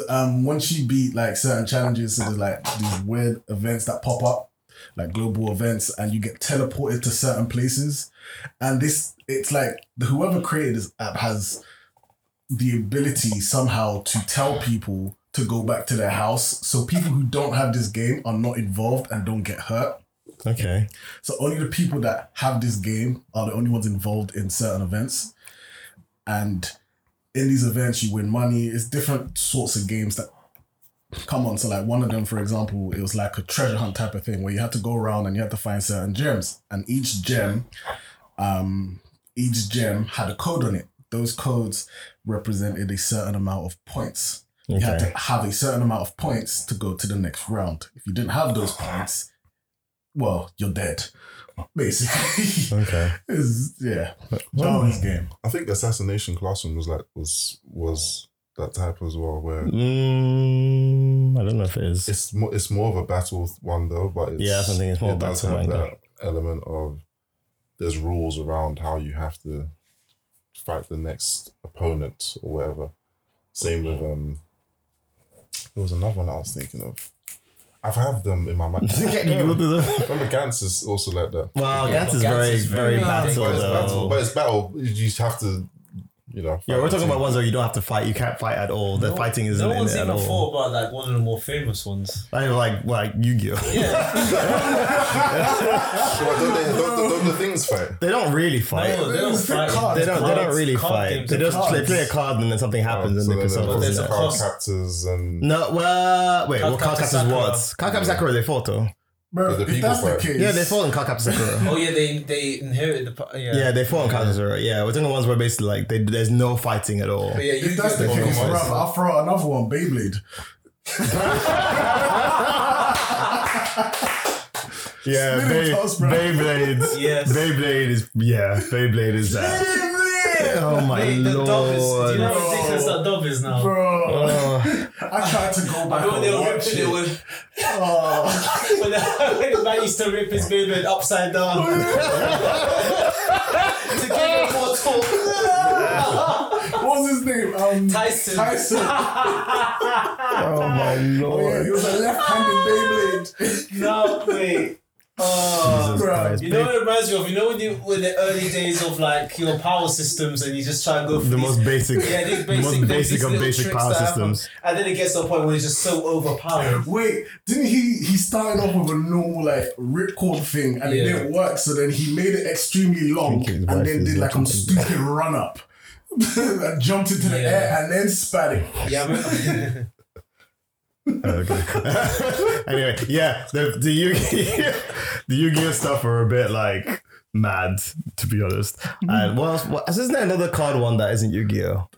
Speaker 4: Um, once you beat like certain challenges, so there's like these weird events that pop up, like global events, and you get teleported to certain places. And this, it's like whoever created this app has the ability somehow to tell people to go back to their house. So people who don't have this game are not involved and don't get hurt.
Speaker 1: Okay.
Speaker 4: So only the people that have this game are the only ones involved in certain events. And in these events, you win money. It's different sorts of games that come on. So like one of them, for example, it was like a treasure hunt type of thing where you had to go around and you had to find certain gems. And each gem, um, each gem had a code on it. Those codes represented a certain amount of points. You had
Speaker 1: Okay.
Speaker 4: to have a certain amount of points to go to the next round. If you didn't have those points, well, you're dead, basically.
Speaker 1: Okay.
Speaker 4: It's- yeah,
Speaker 1: Well,
Speaker 4: Darwin's game.
Speaker 2: I think Assassination Classroom was like was was that type as well, where
Speaker 1: mm, I don't know if it is.
Speaker 2: it's more it's more of a battle one though, but it's,
Speaker 1: Yeah, I don't think it's more
Speaker 2: it does
Speaker 1: battle
Speaker 2: have
Speaker 1: minded.
Speaker 2: that element of there's rules around how you have to fight the next opponent or whatever. Same with um, there was another one I was thinking of. I've had them in my mind. Remember, Gantz is also like that.
Speaker 1: Well, Gantz is
Speaker 5: Gantz
Speaker 1: very,
Speaker 5: is
Speaker 1: very
Speaker 5: very-
Speaker 1: battle
Speaker 2: But it's battle. But
Speaker 1: though.
Speaker 2: it's battle. You just have to, you know.
Speaker 1: Oh. Yeah, we're
Speaker 2: fight the
Speaker 1: talking
Speaker 2: team.
Speaker 1: about ones where you don't have to fight. You can't fight at all. The fighting isn't
Speaker 3: No
Speaker 1: in
Speaker 3: one's
Speaker 1: it at
Speaker 3: even
Speaker 1: all.
Speaker 3: thought about like one of the more famous ones.
Speaker 1: Like, like, like Yu-Gi-Oh.
Speaker 2: Well, don't, they, don't, don't, the things fight?
Speaker 1: They don't really fight.
Speaker 3: No,
Speaker 4: it
Speaker 3: they don't
Speaker 4: was the
Speaker 3: fight.
Speaker 4: cards.
Speaker 1: they don't. they don't
Speaker 3: Cards-
Speaker 1: really
Speaker 3: card
Speaker 1: fight.
Speaker 3: games
Speaker 1: They
Speaker 3: are Oh,
Speaker 1: just play,
Speaker 4: cards.
Speaker 1: play a card and then something happens
Speaker 2: Um, so
Speaker 1: and they piss off.
Speaker 2: then
Speaker 1: from
Speaker 2: there's
Speaker 1: there.
Speaker 3: a
Speaker 2: card
Speaker 3: cost.
Speaker 2: captors and
Speaker 1: No, well, wait.
Speaker 3: Card
Speaker 1: Well, Card
Speaker 3: Captain
Speaker 1: Captain
Speaker 3: Sakura.
Speaker 1: what? Card Captain Sakura. They fought though.
Speaker 2: But
Speaker 4: Bro,
Speaker 2: the
Speaker 4: if
Speaker 2: people
Speaker 4: that's the
Speaker 2: fight.
Speaker 4: case,
Speaker 1: Yeah, they fought in Card Captain Sakura.
Speaker 3: Oh yeah, they they inherited the pa- yeah.
Speaker 1: Yeah, they fought in Captain Zero. Yeah, we're talking ones where basically like they, there's no fighting at all.
Speaker 3: But Oh, yeah, you
Speaker 4: If that's the
Speaker 2: They
Speaker 4: case,
Speaker 2: fought
Speaker 4: bro,
Speaker 2: twice.
Speaker 4: I'll throw out another one, Beyblade.
Speaker 1: Yeah,
Speaker 4: Spinning
Speaker 1: Bey,
Speaker 4: toss, bro.
Speaker 1: Beyblade.
Speaker 3: Yes.
Speaker 1: Beyblade is yeah, Beyblade is that. Oh my
Speaker 3: Wait, the dub is. Do you
Speaker 1: lord.
Speaker 3: know how ridiculous that dub is now?
Speaker 4: Bro,
Speaker 1: Oh,
Speaker 4: I tried to go
Speaker 3: I
Speaker 4: back
Speaker 3: know they
Speaker 4: and
Speaker 3: were
Speaker 4: watch
Speaker 3: ripping it
Speaker 4: it.
Speaker 3: with
Speaker 4: Oh,
Speaker 3: when the, when the man used to rip his baby upside down to give him more talk.
Speaker 4: what was his name? Um,
Speaker 3: Tyson.
Speaker 4: Tyson. Oh
Speaker 1: oh my
Speaker 4: yeah,
Speaker 1: lord.
Speaker 4: he was a left-handed Beyblade.
Speaker 3: no wait.
Speaker 1: Oh,
Speaker 3: Oh.
Speaker 1: Jesus
Speaker 4: bro.
Speaker 1: Christ.
Speaker 3: You know what it reminds me of? You know when you were in the early days of like your power systems and you just try and go for
Speaker 1: the
Speaker 3: these,
Speaker 1: most basic,
Speaker 3: yeah, these basic,
Speaker 1: the most
Speaker 3: these
Speaker 1: basic of
Speaker 3: little
Speaker 1: basic
Speaker 3: tricks
Speaker 1: power
Speaker 3: that happen.
Speaker 1: systems.
Speaker 3: And then it gets to a point where it's just so overpowered.
Speaker 4: Wait, didn't he? He started off with a normal like ripcord thing, and it
Speaker 3: Yeah.
Speaker 4: didn't work. So then he made it extremely long,
Speaker 1: his
Speaker 4: and
Speaker 1: wife
Speaker 4: then
Speaker 1: is
Speaker 4: did like a
Speaker 1: watching
Speaker 4: stupid run up, that jumped into the
Speaker 3: Yeah.
Speaker 4: air and then spat it.
Speaker 3: Yeah, I remember-
Speaker 1: Okay. anyway, yeah, the the Yu the Yu Gi Oh stuff are a bit like mad to be honest. And what else? What, isn't there another card one that isn't Yu Gi Oh?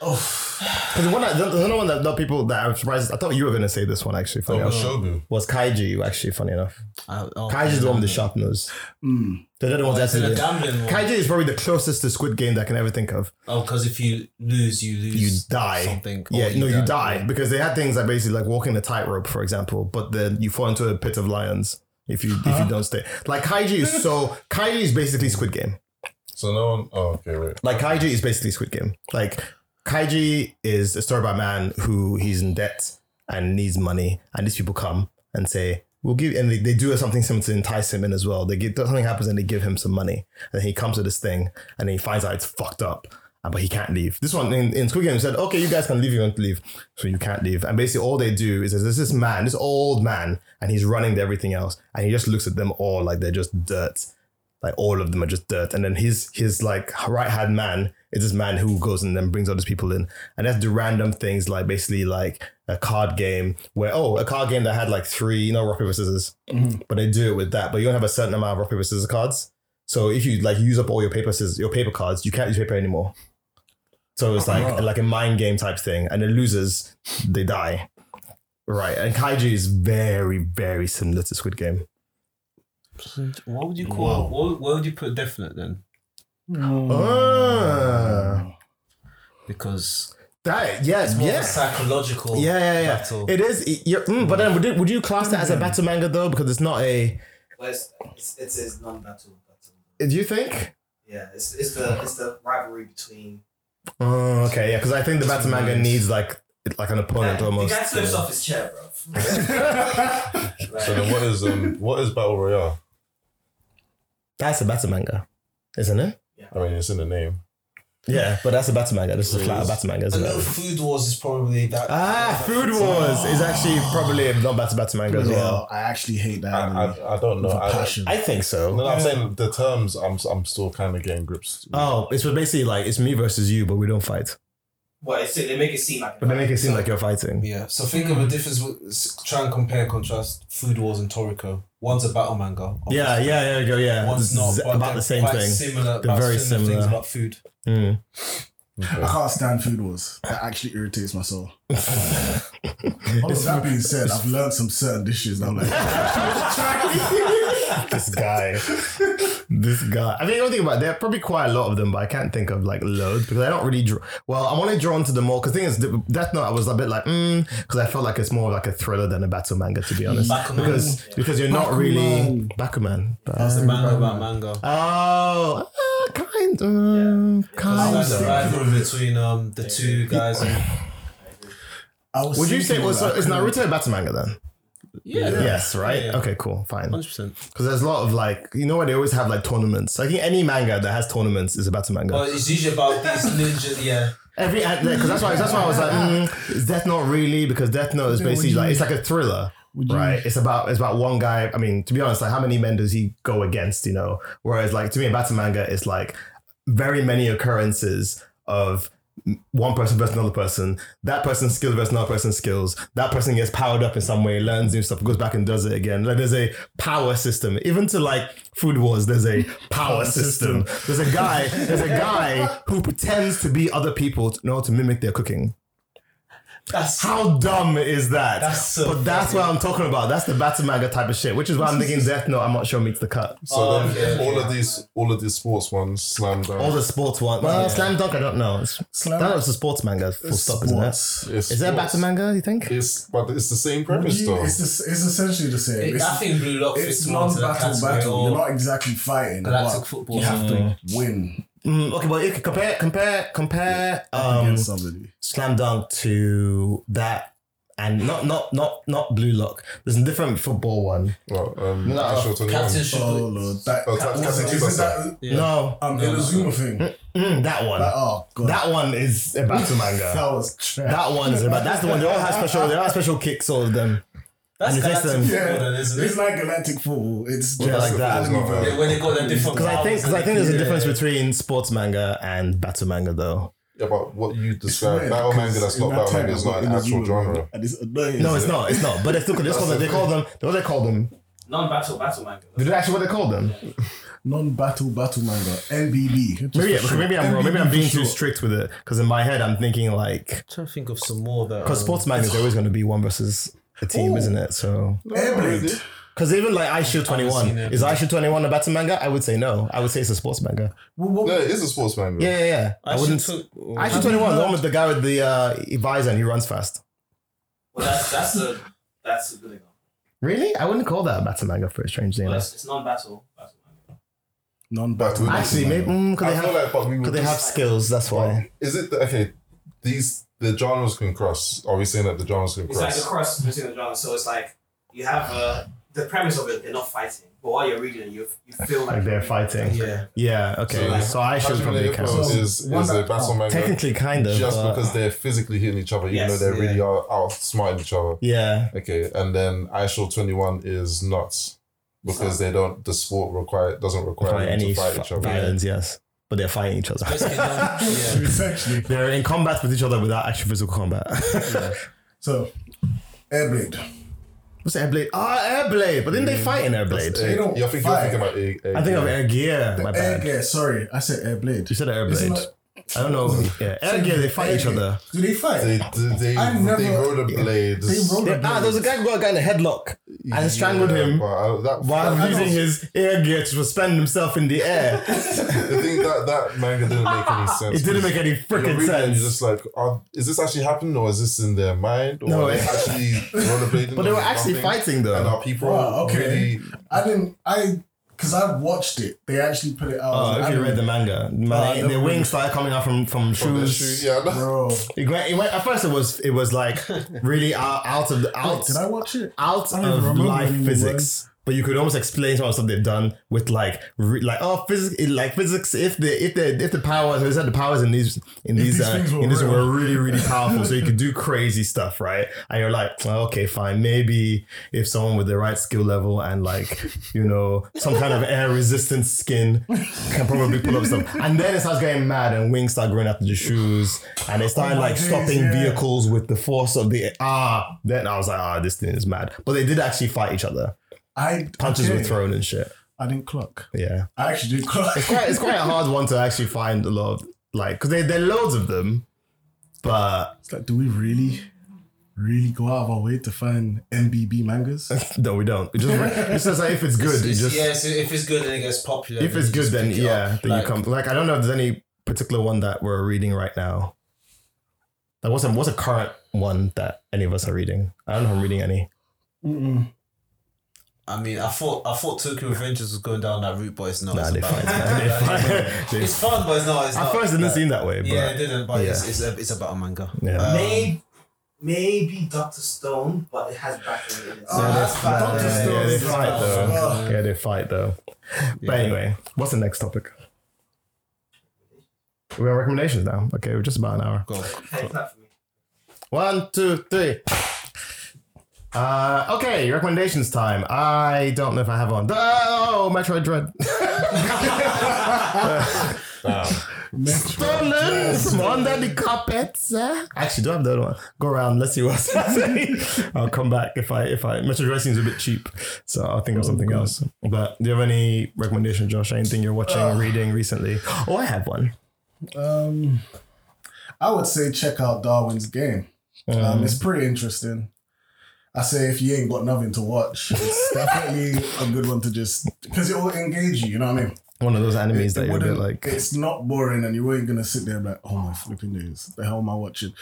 Speaker 3: Oh.
Speaker 1: Because the one that the, the other one that, that people that I'm surprised I thought you were gonna say this one actually. Funny
Speaker 2: Oh,
Speaker 1: enough.
Speaker 2: Shobu.
Speaker 1: Was Kaiji actually funny enough?
Speaker 3: I- oh,
Speaker 1: Kaiji's the one with the sharp nose.
Speaker 4: Mm.
Speaker 1: They're the ones
Speaker 3: It's Oh, in a
Speaker 1: that.
Speaker 3: gambling one.
Speaker 1: Kaiji is probably the closest to Squid Game that I can ever think of.
Speaker 3: Oh, because if you lose, you lose.
Speaker 1: You die.
Speaker 3: Something.
Speaker 1: Yeah,
Speaker 3: Or
Speaker 1: no, you die because they had things like basically like walking a tightrope, for example, but then you fall into a pit of lions if you if you don't stay. Like Kaiji is so Kaiji is basically Squid Game.
Speaker 2: So no one. Oh, okay, wait.
Speaker 1: Like Kaiji is basically Squid Game. Like Kaiji is a story about a man who he's in debt and needs money, and these people come and say. We'll give and they, they do something similar to entice him in as well. They get something happens and they give him some money. And he comes to this thing and he finds out it's fucked up. uh, but he can't leave. This one in, in Squid Game said, okay, you guys can leave, you want to leave. So you can't leave. And basically all they do is there's this man, this old man, and he's running to everything else. And he just looks at them all like they're just dirt. Like all of them are just dirt. And then his his like right hand man is this man who goes and then brings all these people in. And that's the random things like basically like a card game where oh a card game that had like three, you know, rock, paper, scissors.
Speaker 4: Mhm.
Speaker 1: But they do it with that. But you don't have a certain amount of rock, paper, scissors cards. So if you like use up all your paper scissors, your paper cards, you can't use paper anymore. So it's like
Speaker 4: Wow.
Speaker 1: like a mind game type thing, and the losers they die, right? And Kaiju is very very similar to Squid Game.
Speaker 3: What would you call? What, what would you put definite then?
Speaker 1: Oh.
Speaker 4: Mm.
Speaker 1: Ah.
Speaker 3: Because
Speaker 1: that yes
Speaker 3: more of a
Speaker 1: yes.
Speaker 3: psychological.
Speaker 1: Yeah, yeah, yeah.
Speaker 3: battle.
Speaker 1: It is. it- you're- mm, but then, would you, would you class that as a battle manga though? Because it's not a.
Speaker 5: But it's, it's, it's, it's non-battle. battle.
Speaker 1: Do you think?
Speaker 5: Yeah, it's, it's the it's the rivalry between.
Speaker 1: Oh, okay, yeah. Because I think the battle manga needs like like an opponent
Speaker 5: Like,
Speaker 1: almost.
Speaker 5: The guy flips off his chair, bro. Like,
Speaker 2: So then, what is um, what is battle royale?
Speaker 1: That's a battle manga, isn't it?
Speaker 2: I mean, it's in the name.
Speaker 1: Yeah, but that's a battle manga. This is a flat out battle manga,
Speaker 3: I
Speaker 1: isn't
Speaker 3: know
Speaker 1: it?
Speaker 3: Food Wars is probably that.
Speaker 1: Ah, Food Wars is actually probably not bad to battle manga as well.
Speaker 4: Well, I actually hate that
Speaker 2: I,
Speaker 4: anime
Speaker 2: I, I don't know.
Speaker 4: with a
Speaker 2: I,
Speaker 4: passion.
Speaker 1: I think
Speaker 2: no,
Speaker 1: so.
Speaker 2: no, I'm saying the terms. I'm I'm still kind of getting grips. with.
Speaker 1: Oh, it's basically like it's me versus you, but we don't fight.
Speaker 5: well, it's, they make it seem like.
Speaker 1: But they make it seem like you're fighting.
Speaker 3: Yeah. So think of a difference. With, s- try and compare and contrast Food Wars and Toriko. One's a battle manga.
Speaker 1: Yeah, yeah, yeah, go, yeah.
Speaker 3: One's
Speaker 1: It's
Speaker 3: not. but
Speaker 1: about
Speaker 3: they're
Speaker 1: the same
Speaker 3: quite
Speaker 1: thing.
Speaker 3: Similar.
Speaker 1: They're
Speaker 3: about
Speaker 1: very
Speaker 3: similar,
Speaker 1: similar.
Speaker 3: things about food.
Speaker 1: Mm.
Speaker 4: I can't stand food wars. That actually irritates my soul. Although that being said, I've learned some certain dishes. That I'm like,
Speaker 1: this guy, this guy. I mean, you don't think about it, there are probably quite a lot of them, but I can't think of like loads because I don't really. Draw, well, I'm only drawn to them all because thing is, the- Death Note I was a bit like, mm, because I felt like it's more like a thriller than a battle manga to be honest.
Speaker 3: Bakuman.
Speaker 1: Because because you're not really Bakuman.
Speaker 3: That's
Speaker 1: But,
Speaker 3: the manga about manga.
Speaker 1: Ah, oh, uh, kind of,
Speaker 3: It's
Speaker 1: kind
Speaker 3: like
Speaker 1: of.
Speaker 3: the rivalry between um the two guys. And,
Speaker 4: I was
Speaker 1: Would you say
Speaker 4: thinking
Speaker 1: was
Speaker 4: about
Speaker 1: is
Speaker 4: that.
Speaker 1: Naruto a battle manga then?
Speaker 3: yeah,
Speaker 1: Yes, right.
Speaker 3: Yeah.
Speaker 1: Okay, cool, fine.
Speaker 3: hundred percent.
Speaker 1: Because there's a lot of like, you know what? They always have like tournaments. Like any manga that has tournaments is a battle manga.
Speaker 3: But it's usually about these ninja. Yeah,
Speaker 1: Every because that's why that's why I was like, mm, is Death Note really? Because Death Note is
Speaker 4: Yeah, would
Speaker 1: basically
Speaker 4: you-
Speaker 1: like it's like a thriller,
Speaker 4: would you-
Speaker 1: right? It's about it's about one guy. I mean, to be honest, like how many men does he go against? You know, whereas like to me, a battle manga is like very many occurrences of one person versus another person. That person's skills versus another person's skills. That person gets powered up in some way, learns new stuff, goes back and does it again. Like there's a power system. Even to like food wars, there's a power system. There's a guy, there's a guy who pretends to be other people in order to mimic their cooking.
Speaker 3: that's
Speaker 1: How dumb is that?
Speaker 3: That's so
Speaker 1: but that's
Speaker 3: funny.
Speaker 1: what I'm talking about. That's the battle manga type of shit, which is why I'm thinking Death Note, I'm not sure meets the cut.
Speaker 2: So
Speaker 3: Oh,
Speaker 2: then
Speaker 3: okay, okay.
Speaker 2: all of these, all of these sports ones slam down.
Speaker 1: All the sports one. Well, Slam Dunk, I don't know. It's,
Speaker 4: Slam-
Speaker 1: that was a sports manga, full stop, isn't it?
Speaker 4: Sports.
Speaker 2: It's
Speaker 1: Is there a
Speaker 2: sports.
Speaker 1: battle manga, you think?
Speaker 2: It's but it's the same
Speaker 4: Would
Speaker 2: premise
Speaker 4: you-
Speaker 2: though.
Speaker 4: It's, just, it's essentially the same.
Speaker 3: it,
Speaker 4: It's,
Speaker 3: I think Blue Lock
Speaker 4: it's
Speaker 3: fits more into that
Speaker 4: non-battle
Speaker 3: category.
Speaker 4: battle.
Speaker 3: or
Speaker 4: You're not exactly fighting.
Speaker 3: Galactic
Speaker 4: but
Speaker 3: football.
Speaker 4: You have to win
Speaker 1: Mm, okay, but you can compare, compare, compare um,
Speaker 4: against somebody.
Speaker 1: Slam Dunk to that, and not, not, not, not Blue Lock. There's a different football one.
Speaker 2: Well, um,
Speaker 1: No,
Speaker 2: Ashwell 21.
Speaker 3: Captain
Speaker 4: Oh
Speaker 3: Should.
Speaker 4: lord, that,
Speaker 2: Oh,
Speaker 4: that
Speaker 2: Captain
Speaker 4: wasn't-
Speaker 2: Tsubasa.
Speaker 4: isn't that
Speaker 3: Yeah.
Speaker 1: No,
Speaker 4: um
Speaker 3: No, no,
Speaker 4: Inazuma thing?
Speaker 1: mm, that one.
Speaker 4: Like, oh god,
Speaker 1: that one is a battle manga.
Speaker 4: that was trash.
Speaker 1: That one's about that's the one. They all have special. They all have special kicks. All of them.
Speaker 3: That's
Speaker 1: And it takes
Speaker 3: Galactic
Speaker 1: them-
Speaker 3: football, then,
Speaker 4: yeah,
Speaker 3: isn't
Speaker 4: it's
Speaker 3: it?
Speaker 4: like galactic football. It's just
Speaker 1: like that.
Speaker 4: anime
Speaker 2: It's not
Speaker 4: version.
Speaker 2: like-
Speaker 3: Yeah, when they got their different.
Speaker 1: Because I think because I think there's a
Speaker 3: Yeah.
Speaker 1: difference between sports manga and battle manga though.
Speaker 2: Yeah, but what you describe
Speaker 4: weird,
Speaker 2: battle manga
Speaker 4: because
Speaker 2: that's
Speaker 4: in
Speaker 2: not
Speaker 4: that
Speaker 2: battle
Speaker 4: time
Speaker 2: manga is
Speaker 4: it's
Speaker 2: not an
Speaker 4: Inazuma
Speaker 2: actual genre.
Speaker 4: Eleven, And it's annoying.
Speaker 1: No, it's not. It's not. But it's still they call them. They call them. What they call them?
Speaker 5: Non-battle battle manga.
Speaker 1: Did they actually what they call them?
Speaker 4: non-battle battle manga. NBB. just
Speaker 1: Maybe yeah,
Speaker 4: for
Speaker 1: because
Speaker 4: short.
Speaker 1: maybe I'm wrong. Maybe I'm
Speaker 4: NBB
Speaker 1: being
Speaker 4: for
Speaker 1: too
Speaker 4: short.
Speaker 1: strict with it. Because in my head I'm thinking like
Speaker 3: I'm trying to think of some more um, though.
Speaker 1: because sports manga is always going to be one versus a team, isn't it? So
Speaker 4: Airblade.
Speaker 1: because even like I Shield Twenty One
Speaker 3: seen it.
Speaker 1: is I Shield Twenty One a battle manga? I would say no. I would say it's a sports manga.
Speaker 4: Well, what-
Speaker 2: No, it is a sports manga.
Speaker 1: Yeah, yeah, yeah. I, wouldn't. I Shield Twenty One, the one with the guy with the uh, visor and he runs fast.
Speaker 5: Well, that's that's a that's a good example.
Speaker 1: Really? I wouldn't call that a battle manga for a strange name.
Speaker 5: Well, it's, it's non-battle battle manga.
Speaker 4: non-battle.
Speaker 2: Battle-
Speaker 1: Actually,
Speaker 4: battle
Speaker 1: maybe
Speaker 4: manga.
Speaker 1: mm, could
Speaker 2: I
Speaker 1: they
Speaker 2: feel
Speaker 1: have
Speaker 2: like, but we
Speaker 1: could
Speaker 2: would
Speaker 1: they have
Speaker 2: just-
Speaker 1: skills? That's why.
Speaker 2: Is it the, okay? These the genres can cross. Are we saying that the genres can
Speaker 5: It's like the
Speaker 2: cross?
Speaker 5: cross between the genres. So it's like you have uh, the premise of it. They're not fighting, but while you're reading, it, you you feel like
Speaker 1: Like they're fighting.
Speaker 3: Yeah.
Speaker 1: Yeah. Okay.
Speaker 2: So,
Speaker 1: So,
Speaker 2: like,
Speaker 1: I should
Speaker 2: Hajime
Speaker 1: probably
Speaker 2: no Ippo
Speaker 1: count.
Speaker 4: So,
Speaker 2: is,
Speaker 4: one
Speaker 2: is a
Speaker 4: that-
Speaker 2: battle
Speaker 4: oh,
Speaker 2: manga
Speaker 1: Technically, kind of.
Speaker 2: just
Speaker 1: but-
Speaker 2: because they're physically hitting each other, even
Speaker 5: Yes,
Speaker 2: though they
Speaker 3: yeah.
Speaker 2: really are outsmarting each other.
Speaker 1: Yeah.
Speaker 2: Okay, and then Aishul Twenty One is nuts because they don't. The sport require doesn't require
Speaker 1: By
Speaker 2: them
Speaker 1: any
Speaker 2: to fight
Speaker 1: fi-
Speaker 2: each other.
Speaker 1: violence, yes, but they're fighting each other.
Speaker 3: Basically, non- yeah.
Speaker 4: Essentially,
Speaker 1: They're in combat with each other without actual physical combat.
Speaker 4: so Airblade.
Speaker 1: What's Airblade? Ah, Airblade. But didn't they fight in Airblade?
Speaker 2: Hey,
Speaker 4: They don't
Speaker 2: you're, thinking, you're
Speaker 4: fight.
Speaker 2: thinking about egg, egg,
Speaker 1: I think of Air Gear.
Speaker 4: The
Speaker 1: My
Speaker 4: Air
Speaker 1: bad.
Speaker 4: Gear. Sorry, I said Airblade.
Speaker 1: You said
Speaker 4: Isn't
Speaker 1: Airblade.
Speaker 4: that-
Speaker 1: I don't know. Yeah, Air Gear. They fight each
Speaker 4: Air Gear.
Speaker 1: other.
Speaker 4: Do they fight?
Speaker 2: They they, they,
Speaker 4: I never-
Speaker 2: they rode a blade.
Speaker 4: They roll
Speaker 1: Yeah,
Speaker 4: the
Speaker 1: ah, there was a guy
Speaker 4: blades.
Speaker 1: who got a guy in a headlock and strangled
Speaker 2: Yeah,
Speaker 1: him.
Speaker 2: but I- that-
Speaker 1: while
Speaker 2: that-
Speaker 1: using his air gear to suspend himself in the air.
Speaker 2: I think that that manga didn't make any sense.
Speaker 1: it didn't make any
Speaker 2: You're
Speaker 1: freaking
Speaker 2: reading and
Speaker 1: sense.
Speaker 2: You're just like, are, is this actually happening or is this in their mind? Or
Speaker 1: No,
Speaker 2: are they
Speaker 1: it-
Speaker 2: actually rollerblading?
Speaker 1: but they
Speaker 2: or
Speaker 1: were actually
Speaker 2: nothing?
Speaker 1: fighting
Speaker 2: And
Speaker 1: though.
Speaker 2: are people
Speaker 4: Wow, okay.
Speaker 2: really?
Speaker 4: I didn't. I because I watched it. They actually put it out.
Speaker 1: Oh,
Speaker 4: as
Speaker 1: if
Speaker 4: an
Speaker 1: you read the
Speaker 4: anime.
Speaker 1: manga, man,
Speaker 4: Oh,
Speaker 1: they-
Speaker 4: I never
Speaker 1: their
Speaker 4: read
Speaker 1: wings started coming out from from
Speaker 2: From their
Speaker 1: shoes.
Speaker 2: shoe- Yeah, no.
Speaker 4: Bro,
Speaker 1: It went, it went, at first, it was it was like really out, out of the
Speaker 4: wait,
Speaker 1: out
Speaker 4: did I watch it?
Speaker 1: out
Speaker 4: I don't even
Speaker 1: of
Speaker 4: remember
Speaker 1: life
Speaker 4: anymore,
Speaker 1: physics. But you could almost explain some of the stuff they've done with like, re- like oh, physics, it- like physics. If the if the if the powers, they said the powers in these in
Speaker 4: If
Speaker 1: these,
Speaker 4: these
Speaker 1: uh,
Speaker 4: things were
Speaker 1: in these
Speaker 4: real.
Speaker 1: were really really powerful, so you could do crazy stuff, right? And you're like, "Oh, okay, fine, maybe if someone with the right skill level and like you know some kind of air resistant skin can probably pull up stuff. And then it starts getting mad, and wings start growing after the shoes, and they start
Speaker 4: my
Speaker 1: like
Speaker 4: days,
Speaker 1: stopping
Speaker 4: yeah.
Speaker 1: vehicles vehicles with the force of the ah. Then I was like, ah, this thing is mad. But they did actually fight each other.
Speaker 4: I
Speaker 1: Punches
Speaker 4: okay.
Speaker 1: were thrown and shit.
Speaker 4: I didn't clock.
Speaker 1: Yeah,
Speaker 4: I actually did clock.
Speaker 1: it's quite it's quite a hard one to actually find a lot of Like, because there, there are loads of them, but
Speaker 4: It's like, do we really, really go out of our way to find MBB mangas?
Speaker 1: no, we don't. It just, it's just like if it's good, it
Speaker 3: It's-
Speaker 1: just
Speaker 3: yeah, so if it's good then it gets popular.
Speaker 1: if
Speaker 3: then
Speaker 1: it's
Speaker 3: you
Speaker 1: good,
Speaker 3: just
Speaker 1: then
Speaker 3: pick it
Speaker 1: yeah,
Speaker 3: up.
Speaker 1: then
Speaker 3: Like,
Speaker 1: you come. Like, I don't know if there's any particular one that we're reading right now. Like, what's a what's a current one that any of us are reading? I don't know if I'm reading any.
Speaker 4: Mm-mm.
Speaker 3: I mean, I thought I thought Tokyo Revengers was going down that route, but it's not.
Speaker 1: Nah,
Speaker 3: it's
Speaker 1: they
Speaker 3: about-
Speaker 1: fight. man. They fight. They-
Speaker 3: It's fun, but it's not. It's
Speaker 1: At
Speaker 3: not.
Speaker 1: first, it didn't
Speaker 3: Like,
Speaker 1: seem that way, but
Speaker 3: Oh, yeah, it didn't. But
Speaker 1: yeah.
Speaker 3: it's, it's, a, it's about a manga.
Speaker 1: Yeah.
Speaker 3: Um,
Speaker 5: Maybe, maybe Doctor Stone, but it has backing in it. Uh,
Speaker 1: Yeah, they
Speaker 3: that's
Speaker 1: fight.
Speaker 3: bad.
Speaker 1: Yeah,
Speaker 3: Doctor
Speaker 1: yeah, they
Speaker 3: Stone's
Speaker 1: fight
Speaker 3: bad.
Speaker 1: though.
Speaker 3: Oh.
Speaker 1: Yeah, they fight though.
Speaker 3: yeah.
Speaker 1: But anyway, what's the next topic? We have recommendations now. Okay, we're just about an hour.
Speaker 3: Go.
Speaker 5: Can you clap for me?
Speaker 1: One, two, three. Uh, okay, recommendations time. I don't know if I have one. Oh, Metroid Dread. Stolen from under the carpet, sir. Actually, do I have the other one? Go around. Let's see what else I say. I'll come back if I if I Metroid Dread seems a bit cheap, so I'll think of something else. But do you have any recommendations, Josh? Anything you're watching, reading recently? Oh, I have one.
Speaker 4: Um, I would say check out Darwin's Game.
Speaker 1: Mm-hmm.
Speaker 4: Um, it's pretty interesting. I say if you ain't got nothing to watch, it's definitely a good one to just because it will engage you. You know what I mean?
Speaker 1: one of those animes that
Speaker 4: It
Speaker 1: you're a bit
Speaker 4: wouldn't-
Speaker 1: like.
Speaker 4: it's not boring, and you ain't gonna sit there and be like, oh my flipping days, the hell am I watching?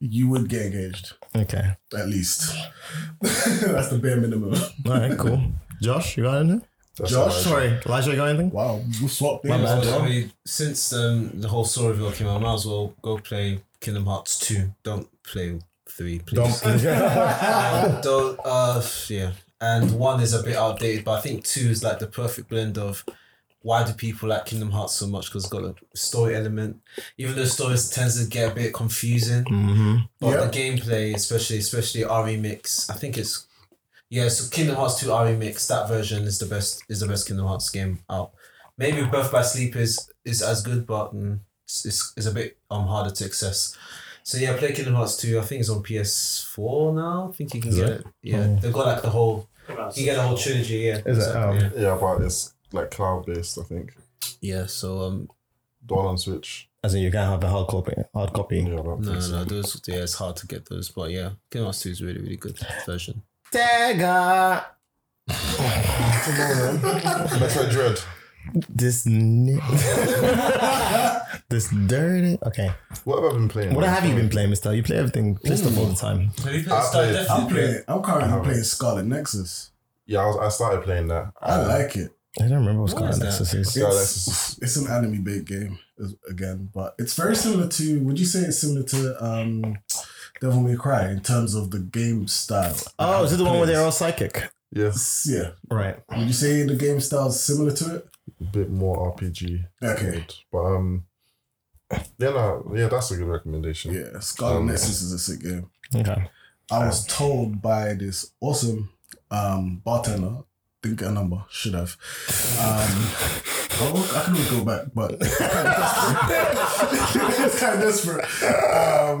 Speaker 4: You would get engaged
Speaker 1: Okay.
Speaker 4: at least. That's the bare minimum.
Speaker 1: All right, cool. Josh, you got anything?
Speaker 2: That's
Speaker 4: Josh,
Speaker 2: how
Speaker 1: Oh,
Speaker 2: I-
Speaker 1: Sorry, Elijah, you got anything?
Speaker 4: Wow, we swapped
Speaker 1: My
Speaker 4: names.
Speaker 1: bad.
Speaker 4: Wow.
Speaker 3: I mean, since um, the whole story reveal came out, I might as well go play Kingdom Hearts 2. Don't play 3, please. Um, don't, uh, yeah. And 1 is a bit outdated, but I think 2 is like the perfect blend of why do people like Kingdom Hearts so much because it's got a story element. Even though stories tends to get a bit confusing,
Speaker 1: mm-hmm.
Speaker 3: but the gameplay, especially especially R Remix, I think it's yeah. So Kingdom Hearts Two R Remix, that version is the best is the best Kingdom Hearts game out. Maybe Birth by Sleep is is as good, but mm, it's, it's, it's a bit um harder to access. So yeah, play Kingdom Hearts Two. I think it's on PS Four now. I think you can
Speaker 1: Is
Speaker 3: get
Speaker 1: it?
Speaker 3: it. Yeah,
Speaker 1: Oh.
Speaker 3: they've got like the whole.
Speaker 5: Come on,
Speaker 3: You can get the whole trilogy. Yeah.
Speaker 1: Is it? Oh.
Speaker 3: yeah.
Speaker 2: Yeah, but it's like cloud based, I think.
Speaker 3: yeah. So um,
Speaker 2: The one on Switch.
Speaker 1: As in, you can't have a hard copy. Hard copy.
Speaker 2: Yeah, I don't
Speaker 3: no,
Speaker 2: think
Speaker 3: no,
Speaker 2: so.
Speaker 3: no. Those yeah, it's hard to get those, but yeah, Kingdom Hearts Two is really really good version.
Speaker 1: Tega.
Speaker 2: Metroid Dread.
Speaker 1: This n- this dirty. Okay.
Speaker 2: What have I been playing?
Speaker 1: What have you been playing, Mister? You play everything, play stuff all the time.
Speaker 3: Have you
Speaker 2: I played-
Speaker 3: Deathloop?
Speaker 4: I'm playing. I'm currently
Speaker 2: Oh.
Speaker 4: playing Scarlet Nexus.
Speaker 2: Yeah, I, was, I started playing that.
Speaker 4: I like it.
Speaker 1: I don't remember what's
Speaker 3: What
Speaker 1: called
Speaker 3: is that?
Speaker 1: Nexus is.
Speaker 2: Scarlet Nexus.
Speaker 4: It's, it's an anime based game as- again, but it's very similar to. Would you say it's similar to um, Devil May Cry in terms of the game style?
Speaker 1: Oh, is it the one where they're all psychic?
Speaker 2: Yeah,
Speaker 4: It's- Yeah.
Speaker 1: Right.
Speaker 4: Would you say the game style is similar to it?
Speaker 2: a bit more RPG.
Speaker 4: Okay.
Speaker 2: But um, yeah, no, yeah, that's a good recommendation.
Speaker 4: Yeah, Scarlet
Speaker 2: Um,
Speaker 4: Nexus is a sick game.
Speaker 1: Okay.
Speaker 4: I was told by this awesome um, bartender. Think a number should have. Um, oh, I can always go back, but it's kind of desperate. it's kind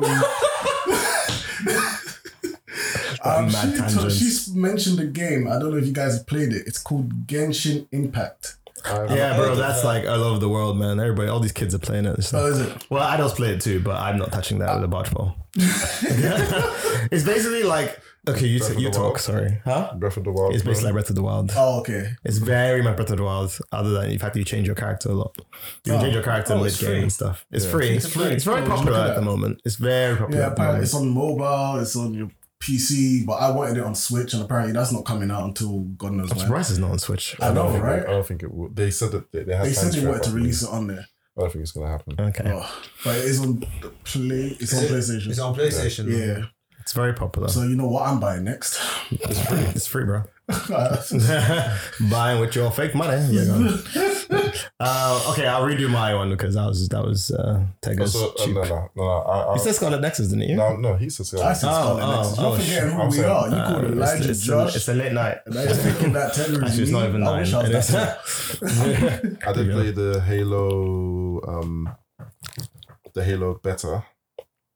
Speaker 4: of desperate. Um, um,
Speaker 1: mad
Speaker 4: she, to-
Speaker 1: tangents.
Speaker 4: she's mentioned a game. I don't know if you guys have played it. It's called Genshin Impact.
Speaker 2: I,
Speaker 1: Yeah,
Speaker 3: heard
Speaker 1: bro,
Speaker 3: of
Speaker 1: that's
Speaker 3: that.
Speaker 1: like all over the world, man. Everybody, all these kids are playing it. It's like-
Speaker 4: Oh, is it?
Speaker 1: Well, adults play it too, but I'm not touching that with a barge pole. it's basically like okay, you,
Speaker 2: Breath
Speaker 1: t-
Speaker 2: of
Speaker 1: you
Speaker 2: the
Speaker 1: talk.
Speaker 2: Wild.
Speaker 1: Sorry, huh?
Speaker 2: Breath of the Wild.
Speaker 1: It's basically like
Speaker 2: man.
Speaker 1: Breath of the Wild.
Speaker 4: Oh, okay.
Speaker 1: It's very much Breath of the Wild, other than the fact that you change your character a lot. You can
Speaker 4: Oh.
Speaker 1: change your character
Speaker 3: Oh,
Speaker 1: mid
Speaker 3: it's
Speaker 1: game
Speaker 3: free.
Speaker 1: and stuff. It's
Speaker 2: Yeah.
Speaker 1: free. It's,
Speaker 4: It's
Speaker 1: free.
Speaker 4: free.
Speaker 1: It's very
Speaker 4: Oh, look at
Speaker 1: popular at the
Speaker 4: that.
Speaker 1: moment. It's very popular.
Speaker 4: Yeah,
Speaker 1: at the moment.
Speaker 4: apparently it's on mobile, it's on your PC, but I wanted it on Switch, and apparently that's not coming out until God knows
Speaker 1: I'm
Speaker 4: when.
Speaker 1: surprised it's not on Switch.
Speaker 4: I know,
Speaker 2: don't think-
Speaker 4: right?
Speaker 2: I don't think it will. They said that they, they had
Speaker 4: They said
Speaker 2: plans
Speaker 4: they
Speaker 2: for it,
Speaker 4: wanted to
Speaker 2: but
Speaker 4: release it on there,
Speaker 2: I don't think it's gonna happen.
Speaker 1: Okay,
Speaker 4: Oh, but it is on the play. It's
Speaker 3: Is
Speaker 4: on
Speaker 3: it-
Speaker 4: PlayStation.
Speaker 3: It's on PlayStation.
Speaker 4: yeah.
Speaker 1: it's very popular.
Speaker 4: So you know what I'm buying next?
Speaker 1: It's free. It's free, bro.
Speaker 4: Alright.
Speaker 1: Buying with your fake money. You're gonna- Uh, okay, I'll redo my one because that was that was uh, Tega's
Speaker 2: Also, uh,
Speaker 1: cheap.
Speaker 2: no, no, no, no, I, I,
Speaker 1: You said Scarlet Nexus, didn't you?
Speaker 2: no, no, he said Scarlet
Speaker 4: I
Speaker 2: Nexus.
Speaker 4: said Scarlet
Speaker 1: oh,
Speaker 4: Nexus.
Speaker 1: oh,
Speaker 4: You're forgetting who
Speaker 2: I'm
Speaker 4: we
Speaker 2: saying,
Speaker 4: are. You
Speaker 1: Uh,
Speaker 4: called
Speaker 1: it's-
Speaker 4: Elijah
Speaker 1: it's,
Speaker 4: Josh.
Speaker 1: A, it's a late night.
Speaker 4: and I just thinking that Tedder is
Speaker 1: Actually, it's not
Speaker 4: me.
Speaker 1: even
Speaker 4: I
Speaker 1: nine.
Speaker 4: wish I was
Speaker 1: It's-
Speaker 4: that
Speaker 2: I did
Speaker 1: Yeah.
Speaker 2: play the Halo, um, the Halo Better.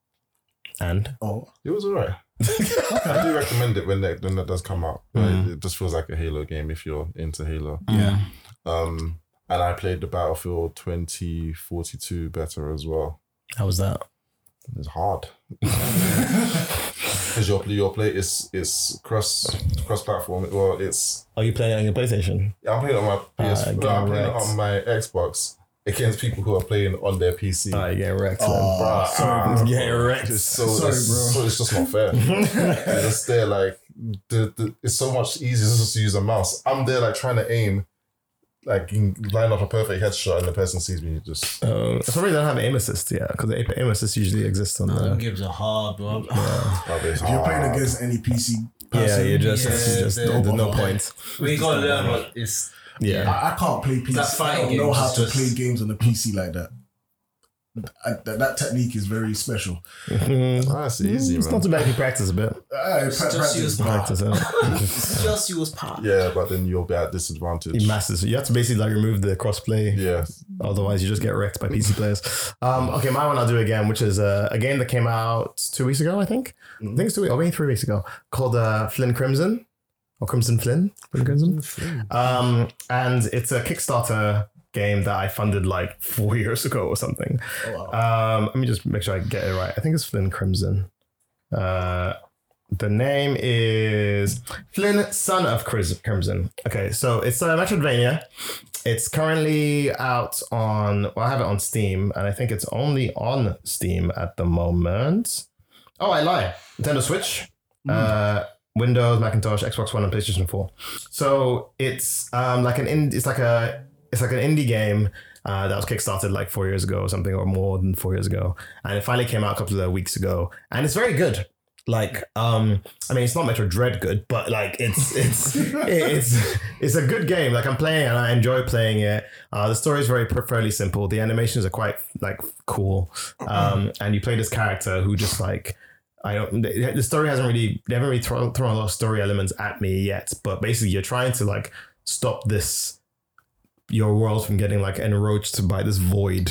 Speaker 1: and
Speaker 4: Oh,
Speaker 2: It was alright. I do recommend it when that when that does come out. Like,
Speaker 1: Mhm.
Speaker 2: Mm. It just feels like a Halo game if you're into Halo.
Speaker 1: yeah,
Speaker 2: Um, and I played the Battlefield 2042 better as well.
Speaker 6: How was that?
Speaker 2: It's hard because your play, your play is is cross cross platform. Well, it's
Speaker 6: Are you playing it on your PlayStation?
Speaker 2: I'm playing it on my PS.
Speaker 6: Ah,
Speaker 2: no, I'm
Speaker 6: get
Speaker 2: playing it
Speaker 6: wrecked.
Speaker 2: on my Xbox against people who are playing on their PC.
Speaker 6: Oh, you get wrecked.
Speaker 4: Oh,
Speaker 2: Bruh,
Speaker 4: sorry,
Speaker 2: ah,
Speaker 6: man. Get wrecked.
Speaker 2: It's so,
Speaker 4: Sorry,
Speaker 2: it's,
Speaker 4: bro.
Speaker 2: so it's just not fair. They're just there like the, the, it's so much easier just to use a mouse. I'm there like trying to aim, like in- line up a perfect headshot, and the person sees me just.
Speaker 1: Um, for some reason, I don't have aim assist. Yeah, because aim assist usually exists on
Speaker 3: Them
Speaker 1: the.
Speaker 3: gives a hard, bro.
Speaker 2: Oh, it's
Speaker 4: If you're playing
Speaker 2: hard.
Speaker 4: against any PC
Speaker 1: Yeah,
Speaker 4: person,
Speaker 1: you just,
Speaker 3: Yeah,
Speaker 1: it's just
Speaker 3: they're-
Speaker 1: there's no point.
Speaker 3: we gotta learn what it's.
Speaker 1: Yeah.
Speaker 4: I, I can't play PC.
Speaker 3: That fighting
Speaker 4: I don't know
Speaker 3: game
Speaker 4: how
Speaker 3: is
Speaker 4: to
Speaker 3: just-
Speaker 4: play games on a PC like that. I, that, that technique is very special.
Speaker 1: Mhm.
Speaker 2: Ah, it's
Speaker 4: Mm,
Speaker 2: easy,
Speaker 1: It's
Speaker 2: man.
Speaker 1: not too bad if you practice a bit.
Speaker 4: I,
Speaker 3: It's
Speaker 4: pra-
Speaker 3: just
Speaker 4: Uh, practice,
Speaker 3: use-
Speaker 4: but
Speaker 1: Practice it.
Speaker 3: It's just you was part.
Speaker 2: yeah, but then you'll be at disadvantage.
Speaker 1: You masses. You have to basically like remove the crossplay.
Speaker 2: Yeah,
Speaker 1: Otherwise, you just get wrecked by PC players. Um, okay, my one I'll do again, which is uh, a game that came out two weeks ago, I think. I think it's two weeks, or maybe three weeks ago, called uh, Flynn Crimson or Crimson Flynn. Flynn Crimson. Um, and it's a Kickstarter game that I funded like four years ago or something.
Speaker 4: Oh,
Speaker 1: Um, let me just make sure I get it right. I think it's Flynn Crimson. Uh, the name is Flynn, son of Chris Crimson. Okay, so it's uh, Metroidvania. It's currently out on. Well, I have it on Steam, and I think it's only on Steam at the moment. Oh, I lie. Nintendo Switch, uh, Windows, Macintosh, Xbox One, and PlayStation Four. So it's um, like an ind- it's like a it's like an indie game uh, that was kickstarted like four years ago or something, or more than four years ago, and it finally came out a couple of weeks ago, and it's very good. Like, um, I mean, it's not Metro Dread good, but like, it's it's it's it's a good game. Like, I'm playing and I enjoy playing it. Uh, the story is very fairly simple. The animations are quite like cool, um, and you play this character who just like I don't. The the story hasn't really. They haven't really thrown, thrown a lot of story elements at me yet. But basically, you're trying to like stop this your world from getting like enroached by this void.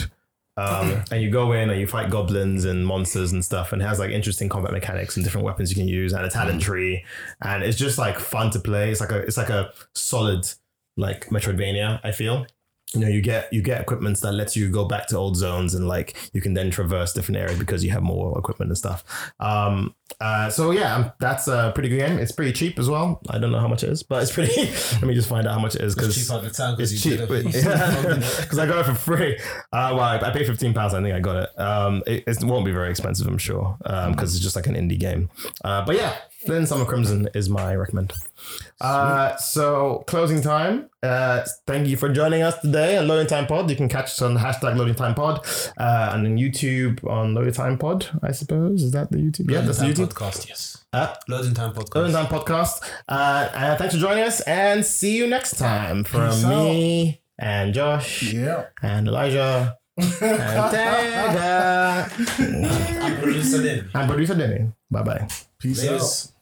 Speaker 1: Um, and you go in and you fight goblins and monsters and stuff, and it has like interesting combat mechanics and different weapons you can use and a talent tree, and it's just like fun to play. It's like a it's like a solid like Metroidvania. I feel you know you get you get equipment that lets you go back to old zones and like you can then traverse different areas because you have more equipment and stuff. Um, uh, so yeah, um, that's a pretty good game. It's pretty cheap as well. I don't know how much it is, but it's pretty. let me just find out how much it is
Speaker 3: It's
Speaker 1: because
Speaker 3: cheap at the time because
Speaker 1: it's
Speaker 3: you
Speaker 1: cheap
Speaker 3: did
Speaker 1: because I got it for free. Uh, well, I, I paid fifteen pounds. I think I got it. Um, it, it won't be very expensive, I'm sure, because it's just like an indie game. Uh, but yeah, then Summer Crimson is my recommend. Uh, so closing time. Uh, thank you for joining us today on Loading Time Pod. You can catch us on hashtag Loading Time Pod uh, and on YouTube on Loading Time Pod. I suppose is that the YouTube? Yeah, that's the YouTube.
Speaker 3: podcast. Yes.
Speaker 1: Uh,
Speaker 3: Loading time podcast.
Speaker 1: Loading Time Podcast. Uh, uh, thanks for joining us, and see you next time from me and Josh
Speaker 4: yeah.
Speaker 1: and Elijah and Tega Nah,
Speaker 3: I'm producer then.
Speaker 1: and producer Denny. Bye bye.
Speaker 4: Peace out.
Speaker 3: Layers.